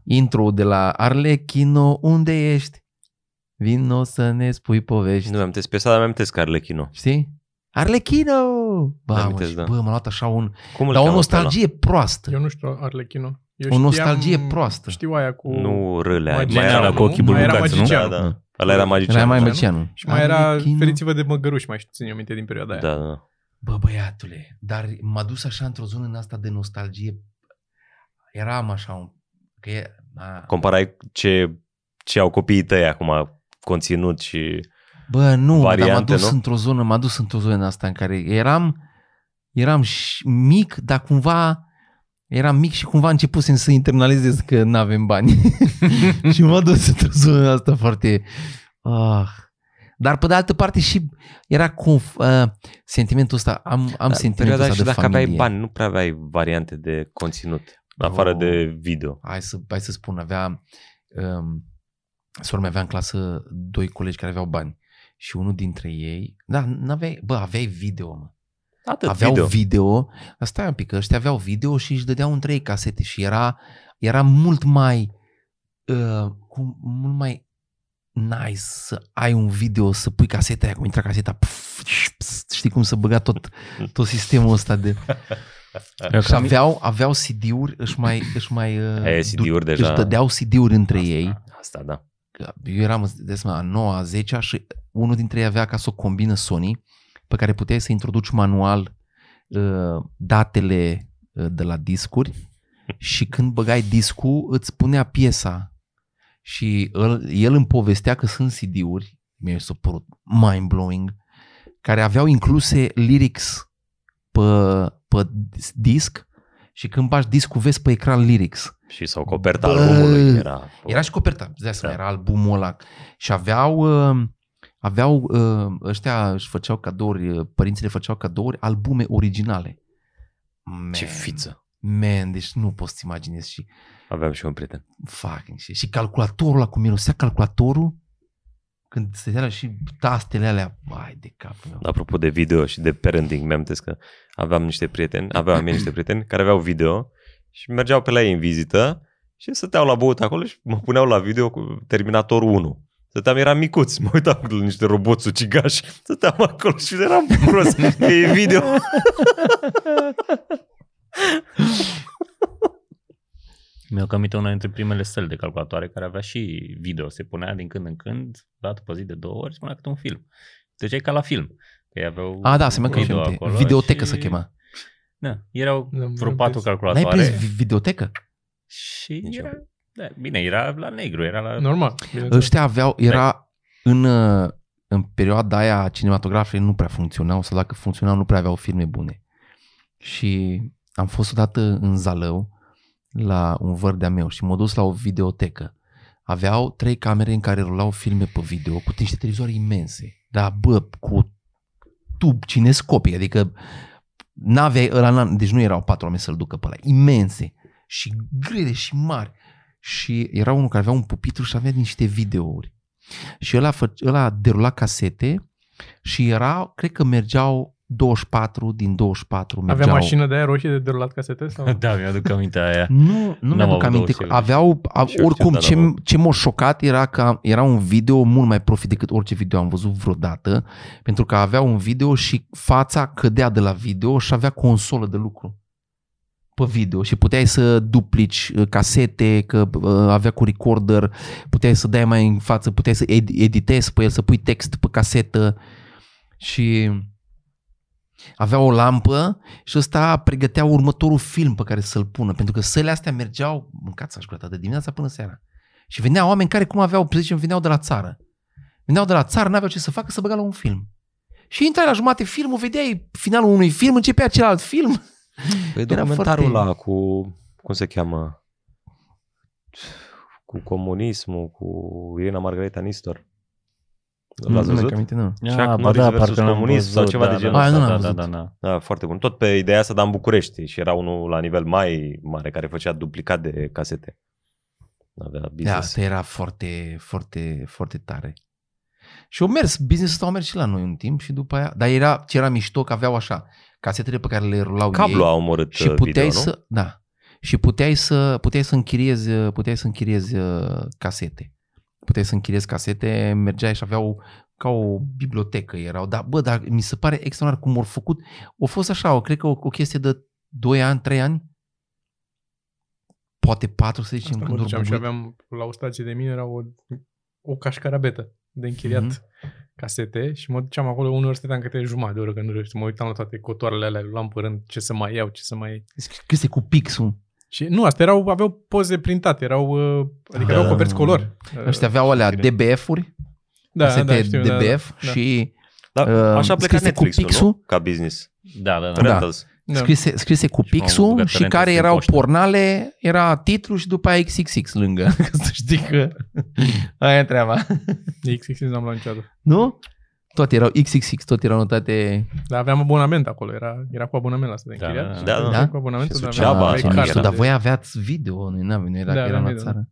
[SPEAKER 1] intro de la Arlechino, unde ești? Vino să ne spui povești.
[SPEAKER 2] Nu mi-am amintesc piesa, dar mi-am amintesc Arlechino.
[SPEAKER 1] Știi? Arlechino! Bă,
[SPEAKER 2] Da,
[SPEAKER 1] mă,
[SPEAKER 2] amintesc,
[SPEAKER 1] și,
[SPEAKER 2] da.
[SPEAKER 1] bă, m-a luat așa un...
[SPEAKER 2] Cum îl
[SPEAKER 1] Dar o
[SPEAKER 2] cheamă pe ăla?
[SPEAKER 1] nostalgie proastă.
[SPEAKER 3] Eu nu știu Arlechino. Eu
[SPEAKER 1] O nostalgie proastă.
[SPEAKER 3] Știu aia cu...
[SPEAKER 2] Nu râlea.
[SPEAKER 3] Mai
[SPEAKER 2] Mai era
[SPEAKER 3] general,
[SPEAKER 2] la
[SPEAKER 4] la cu
[SPEAKER 2] cochi.
[SPEAKER 3] cochi.
[SPEAKER 4] ochii
[SPEAKER 3] Mai era
[SPEAKER 4] bulgați, nu?
[SPEAKER 3] magician.
[SPEAKER 2] Da, da. Ăla era magician. da.
[SPEAKER 1] Era mai
[SPEAKER 3] nu?
[SPEAKER 1] magicianul.
[SPEAKER 3] Și mai era
[SPEAKER 1] Arlechino.
[SPEAKER 3] Feriți-vă de măgăruși, mai știu, țin minte din perioada aia.
[SPEAKER 2] Da, da.
[SPEAKER 1] Bă, băiatule, dar m-a dus așa într-o zonă în asta de nostalgie. Eram așa un... Că e... A...
[SPEAKER 2] Comparai ce, ce au copiii tăi acum, conținut și...
[SPEAKER 1] Bă, nu, dar m-a
[SPEAKER 2] variante,
[SPEAKER 1] dus
[SPEAKER 2] nu?
[SPEAKER 1] într-o zonă, m-a dus într-o zonă în asta în care eram, eram și mic, dar cumva eram mic și cumva începusem să internalizez că nu avem bani. și m-a dus într-o zonă în asta foarte... Ah. Dar pe de altă parte și era cu uh, sentimentul ăsta, am, am
[SPEAKER 2] Dar
[SPEAKER 1] sentimentul
[SPEAKER 2] perioada
[SPEAKER 1] ăsta
[SPEAKER 2] aia
[SPEAKER 1] de
[SPEAKER 2] și dacă
[SPEAKER 1] familie.
[SPEAKER 2] aveai bani, nu prea aveai variante de conținut, afară
[SPEAKER 1] Nu.
[SPEAKER 2] de video.
[SPEAKER 1] hai să, hai să spun, avea, um, sora mea avea în clasă doi colegi care aveau bani și unul dintre ei, da, n-aveai, bă, aveai video, mă.
[SPEAKER 2] Atât,
[SPEAKER 1] aveau
[SPEAKER 2] video.
[SPEAKER 1] video. video. Dar stai un pic, că ăștia aveau video și își dădeau în trei casete și era, era mult mai, uh, cum, mult mai nice să ai un video, să pui caseta aia, cum intra caseta, pf, pf, știi cum să băga tot, tot sistemul ăsta de...
[SPEAKER 4] Eu
[SPEAKER 1] Și
[SPEAKER 4] cam-
[SPEAKER 1] aveau, aveau CD-uri, își mai... Își mai uh,
[SPEAKER 2] Aia e CD-uri deja.
[SPEAKER 1] Își dădeau CD-uri între Asta. ei.
[SPEAKER 2] Asta, da.
[SPEAKER 1] Că Eu eram des la 9 a 10 și unul dintre ei avea ca să o combină Sony pe care puteai să introduci manual uh, datele uh, de la discuri și când băgai discul îți punea piesa și el, el îmi povestea că sunt CD-uri, mi-a s-a părut mind-blowing, care aveau incluse lyrics pe, pe disc și când bași discul vezi pe ecran lyrics.
[SPEAKER 2] Și sau coperta
[SPEAKER 1] Bă!
[SPEAKER 2] albumului era...
[SPEAKER 1] Păi, Era și coperta, îți dai seama,
[SPEAKER 2] Da.
[SPEAKER 1] era albumul ăla. Și aveau, uh, aveau uh, ăștia își făceau cadouri, uh, părinții le făceau cadouri, albume originale. Man,
[SPEAKER 2] Ce fiță.
[SPEAKER 1] Man, deci nu poți să imaginezi și
[SPEAKER 2] Aveam și un prieten.
[SPEAKER 1] fucking shit. Și calculatorul ăla, cum mirosea calculatorul, când se dea și tastele alea, vai de capul
[SPEAKER 4] Da.
[SPEAKER 1] meu.
[SPEAKER 2] Apropo de video și de parenting, mi-am amintesc că aveam niște prieteni, aveam mie niște prieteni care aveau video și mergeau pe la ei în vizită Și stăteau la băut acolo și mă puneau la video cu Terminator 1. Stăteam, eram micuț, mă uitam la niște roboți ucigași, stăteam acolo și eram bucuros că e video.
[SPEAKER 4] Mi-au camit una dintre primele stele de calculatoare care avea și video. Se punea din când în când, dată pe zi de două ori, se punea câte un film. Deci e ca la film. Că ei aveau
[SPEAKER 1] A, da, se mai
[SPEAKER 4] video
[SPEAKER 1] că
[SPEAKER 4] acolo
[SPEAKER 1] Videotecă
[SPEAKER 4] și-
[SPEAKER 1] se chema.
[SPEAKER 4] Da, erau
[SPEAKER 3] N-am- n-am
[SPEAKER 4] vreo patru
[SPEAKER 3] prins.
[SPEAKER 1] N-ai prins
[SPEAKER 4] calculatoare
[SPEAKER 1] vi- videotecă?
[SPEAKER 4] și
[SPEAKER 2] Nici eu.
[SPEAKER 4] era, da, bine, era la negru, era la...
[SPEAKER 3] Normal. bineînțeles.
[SPEAKER 1] Ăștia aveau, era în, uh, în perioada aia cinematografele nu prea funcționau sau dacă funcționau nu prea aveau filme bune. Și am fost odată în Zalău la un văr de-a meu și m-am dus la o videotecă. Aveau trei camere în care rulau filme pe video cu niște televizoare imense. Dar bă, cu tub cinescopic, adică n-aveai ăla, n- deci nu erau patru oameni să-l ducă pe ăla, imense și grele și mari și era unul care avea un pupitru și avea niște videouri. Și ăla, fă, ăla derula casete și era, cred că mergeau 24 din 24 mergeau.
[SPEAKER 3] Avea mașină de aia roșie de derulat casete? Sau?
[SPEAKER 4] Da, mi-aduc aminte aia.
[SPEAKER 1] Nu, nu
[SPEAKER 4] N-am
[SPEAKER 1] mi-aduc
[SPEAKER 4] avut
[SPEAKER 1] aminte.
[SPEAKER 4] două
[SPEAKER 1] Că
[SPEAKER 4] silbe.
[SPEAKER 1] aveau, a,
[SPEAKER 2] Și eu
[SPEAKER 1] oricum,
[SPEAKER 2] știu, da,
[SPEAKER 1] ce,
[SPEAKER 2] n-am
[SPEAKER 1] ce m-a șocat era că am- era un video mult mai profit decât orice video am văzut vreodată, pentru că avea un video și fața cădea de la video și avea consolă de lucru pe video și puteai să duplici uh, casete, că uh, avea cu recorder, puteai să dai mai în față, puteai să ed- editezi pe el, să pui text pe casetă și avea o lampă și ăsta pregătea următorul film pe care să-l pună, pentru că sălile astea mergeau, mâncați aș de dimineața până seara. Și veneau oameni care cum aveau, să zicem, veneau de la țară. Veneau de la țară, n-aveau ce să facă, să băga la un film. Și intrai la jumate filmul, vedeai finalul unui film, începea celălalt film.
[SPEAKER 2] Păi
[SPEAKER 1] Era
[SPEAKER 2] documentarul
[SPEAKER 1] foarte-
[SPEAKER 2] ăla cu, cum se cheamă, cu comunismul, cu Irina Margareta Nistor. L-ați
[SPEAKER 1] Mm, Nu, nu,
[SPEAKER 2] văzut?
[SPEAKER 1] că aminte, nu.
[SPEAKER 2] Chuck
[SPEAKER 4] Ah,
[SPEAKER 2] Norris versus
[SPEAKER 4] l-am
[SPEAKER 2] comunism
[SPEAKER 4] văzut,
[SPEAKER 2] sau ceva
[SPEAKER 4] da,
[SPEAKER 2] de
[SPEAKER 4] da,
[SPEAKER 2] genul
[SPEAKER 4] da,
[SPEAKER 1] ăsta. Ah,
[SPEAKER 4] da,
[SPEAKER 1] nu
[SPEAKER 4] da,
[SPEAKER 1] l-am
[SPEAKER 4] da,
[SPEAKER 1] văzut.
[SPEAKER 4] da.
[SPEAKER 2] Da, foarte bun. Tot pe ideea asta, dar în București. Și era unul la nivel mai mare care făcea duplicat de casete. Avea
[SPEAKER 1] Da,
[SPEAKER 2] business.
[SPEAKER 1] asta era foarte, foarte, foarte tare. Și au mers, business-ul ăsta a mers și la noi un timp și după aia, dar era, ce era mișto că aveau așa, casetele pe care le rulau ei.
[SPEAKER 2] Cablu a omorât
[SPEAKER 1] și
[SPEAKER 2] uh,
[SPEAKER 1] puteai
[SPEAKER 2] video,
[SPEAKER 1] să,
[SPEAKER 2] nu?
[SPEAKER 1] da. Și puteai să puteai să închiriezi, puteai să închiriezi uh, casete. Puteai să închiriezi casete, mergeai și aveau ca o bibliotecă erau, dar bă, dar mi se pare extraordinar cum au făcut. Au fost așa, o, cred că o, o chestie de 2 ani, 3 ani, poate 4 să zicem,
[SPEAKER 3] Asta mă
[SPEAKER 1] când au
[SPEAKER 3] duceam și
[SPEAKER 1] bubuit.
[SPEAKER 3] aveam la o stație de mine era o, o cașcarabetă de închiriat
[SPEAKER 1] Mhm.
[SPEAKER 3] casete și mă duceam acolo uneori stăteam câte jumătate de oră când reușeam, mă uitam la toate cotoarele alea, luam pe rând ce să mai iau, ce să mai...
[SPEAKER 1] chestii cu pixul.
[SPEAKER 3] Și nu, astea erau, aveau poze printate, erau, uh, adică
[SPEAKER 1] Ah. uh,
[SPEAKER 3] erau coperți color.
[SPEAKER 1] Ăștia aveau alea
[SPEAKER 2] știre.
[SPEAKER 1] DBF-uri,
[SPEAKER 3] da,
[SPEAKER 1] casete
[SPEAKER 3] da, știu, da, da,
[SPEAKER 1] DBF
[SPEAKER 3] da.
[SPEAKER 1] și
[SPEAKER 2] Dar
[SPEAKER 1] uh,
[SPEAKER 2] așa a plecat
[SPEAKER 1] scrise cu
[SPEAKER 2] Netflix-ul, nu?
[SPEAKER 1] pixul?
[SPEAKER 2] Ca business.
[SPEAKER 4] Da, da, da.
[SPEAKER 1] Da.
[SPEAKER 2] Rentals.
[SPEAKER 3] da.
[SPEAKER 1] scrise, scrise cu
[SPEAKER 4] Și m-am
[SPEAKER 1] pixul
[SPEAKER 4] bucurat
[SPEAKER 1] și
[SPEAKER 4] că le-am
[SPEAKER 1] care
[SPEAKER 4] trimis prin
[SPEAKER 1] erau
[SPEAKER 4] poștă.
[SPEAKER 1] pornale, era titlu și după aia XXX lângă. Ca să știi că aia e treaba.
[SPEAKER 3] XXX n-am luat niciodată.
[SPEAKER 1] Nu? Toate erau XXX, tot erau notate.
[SPEAKER 3] Dar aveam abonament acolo, era, era cu abonament la asta de
[SPEAKER 4] Da,
[SPEAKER 3] închiriat.
[SPEAKER 4] da,
[SPEAKER 3] și
[SPEAKER 2] da.
[SPEAKER 3] mergeam
[SPEAKER 1] Da?
[SPEAKER 3] Cu abonamentul,
[SPEAKER 2] Și
[SPEAKER 3] dar
[SPEAKER 2] Suceava,
[SPEAKER 3] aveam
[SPEAKER 1] Da,
[SPEAKER 2] asta
[SPEAKER 3] pe
[SPEAKER 1] ce
[SPEAKER 2] nu
[SPEAKER 3] cardă
[SPEAKER 1] mișto, dar
[SPEAKER 3] de-
[SPEAKER 1] voi aveați video, noi n-aveam, noi era,
[SPEAKER 3] Da,
[SPEAKER 1] da, eram
[SPEAKER 3] aveam
[SPEAKER 1] la
[SPEAKER 3] video,
[SPEAKER 1] țară.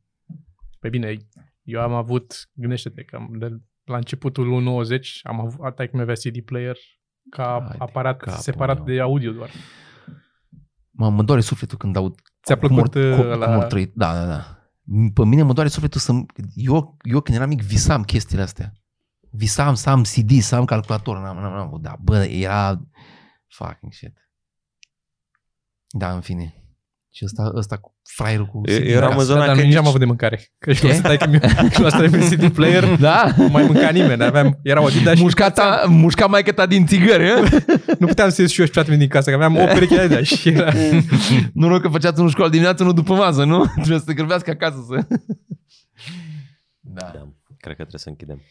[SPEAKER 3] Păi bine, eu am avut, gândește-te, că am- de la începutul lui 90 am avut, atâta cum avea CD player ca
[SPEAKER 1] Hai de
[SPEAKER 3] aparat
[SPEAKER 1] capul
[SPEAKER 3] separat
[SPEAKER 1] meu.
[SPEAKER 3] de audio doar.
[SPEAKER 1] Mă, mă doare sufletul când aud
[SPEAKER 3] Ți-a
[SPEAKER 1] cum
[SPEAKER 3] plăcut uh,
[SPEAKER 1] or- cum,
[SPEAKER 3] la...
[SPEAKER 1] cum or trăit. Da, da, da. Pe mine mă doare sufletul să... Eu, eu când eram mic visam chestiile astea. Visam să am CD, să am calculator. N-am, n-am, n-am avut. Da, bă, era... Fucking shit. Da, în fine. Și ăsta, ăsta cu fraierul cu
[SPEAKER 2] E-
[SPEAKER 1] CD
[SPEAKER 2] eram
[SPEAKER 1] acasă.
[SPEAKER 2] în zona
[SPEAKER 3] da, dar
[SPEAKER 2] că
[SPEAKER 3] nici
[SPEAKER 2] nici-
[SPEAKER 3] n-am avut de mâncare. Că și
[SPEAKER 1] Ce?
[SPEAKER 3] la stai că mi la stai pe CD player,
[SPEAKER 1] Da?
[SPEAKER 3] nu mai mânca nimeni. Aveam, era o dita și
[SPEAKER 1] Mușca, ta, mușca mai ta din țigări, eh?
[SPEAKER 3] nu puteam să ies și eu și toate din casă, că aveam o pereche de alea și era...
[SPEAKER 1] Nu rău că făceați unul școală dimineața, unul după masă, nu? Trebuie să te grăbească acasă să... Da.
[SPEAKER 2] Da. Cred că trebuie să închidem.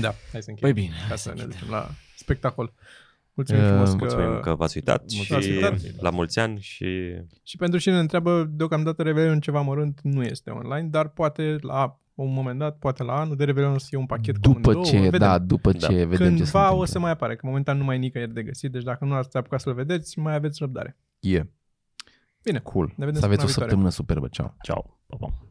[SPEAKER 3] Da, hai să încheiem.
[SPEAKER 1] Păi bine,
[SPEAKER 3] Ca
[SPEAKER 1] hai
[SPEAKER 3] să
[SPEAKER 1] să
[SPEAKER 3] ne
[SPEAKER 1] închidem.
[SPEAKER 3] ducem la spectacol. Mulțumim
[SPEAKER 1] Eh,
[SPEAKER 3] frumos că...
[SPEAKER 2] Mulțumim că v-ați uitat și
[SPEAKER 4] mulțumim
[SPEAKER 3] că v-ați
[SPEAKER 2] la mulți ani și
[SPEAKER 3] Și pentru cine ne întreabă, deocamdată Revelion ceva mărunt nu este online, dar poate la un moment dat, poate la anul de Revelion o să fie un pachet cu
[SPEAKER 1] După
[SPEAKER 3] amândouă,
[SPEAKER 1] ce,
[SPEAKER 3] vedem.
[SPEAKER 1] da, după ce
[SPEAKER 2] Da.
[SPEAKER 1] vedem ce se
[SPEAKER 3] Cândva
[SPEAKER 1] întâmplă.
[SPEAKER 3] o să mai apare, că momentan nu mai e nicăieri de găsit, deci dacă nu ați apucat să-l vedeți, mai aveți răbdare.
[SPEAKER 1] E.
[SPEAKER 3] Bine.
[SPEAKER 1] Cool.
[SPEAKER 3] Ne vedem
[SPEAKER 1] Să aveți o
[SPEAKER 3] săptămâna
[SPEAKER 1] săptămână
[SPEAKER 3] viitoare.
[SPEAKER 1] superbă. Ceau.
[SPEAKER 4] Ciao. Pa, pa.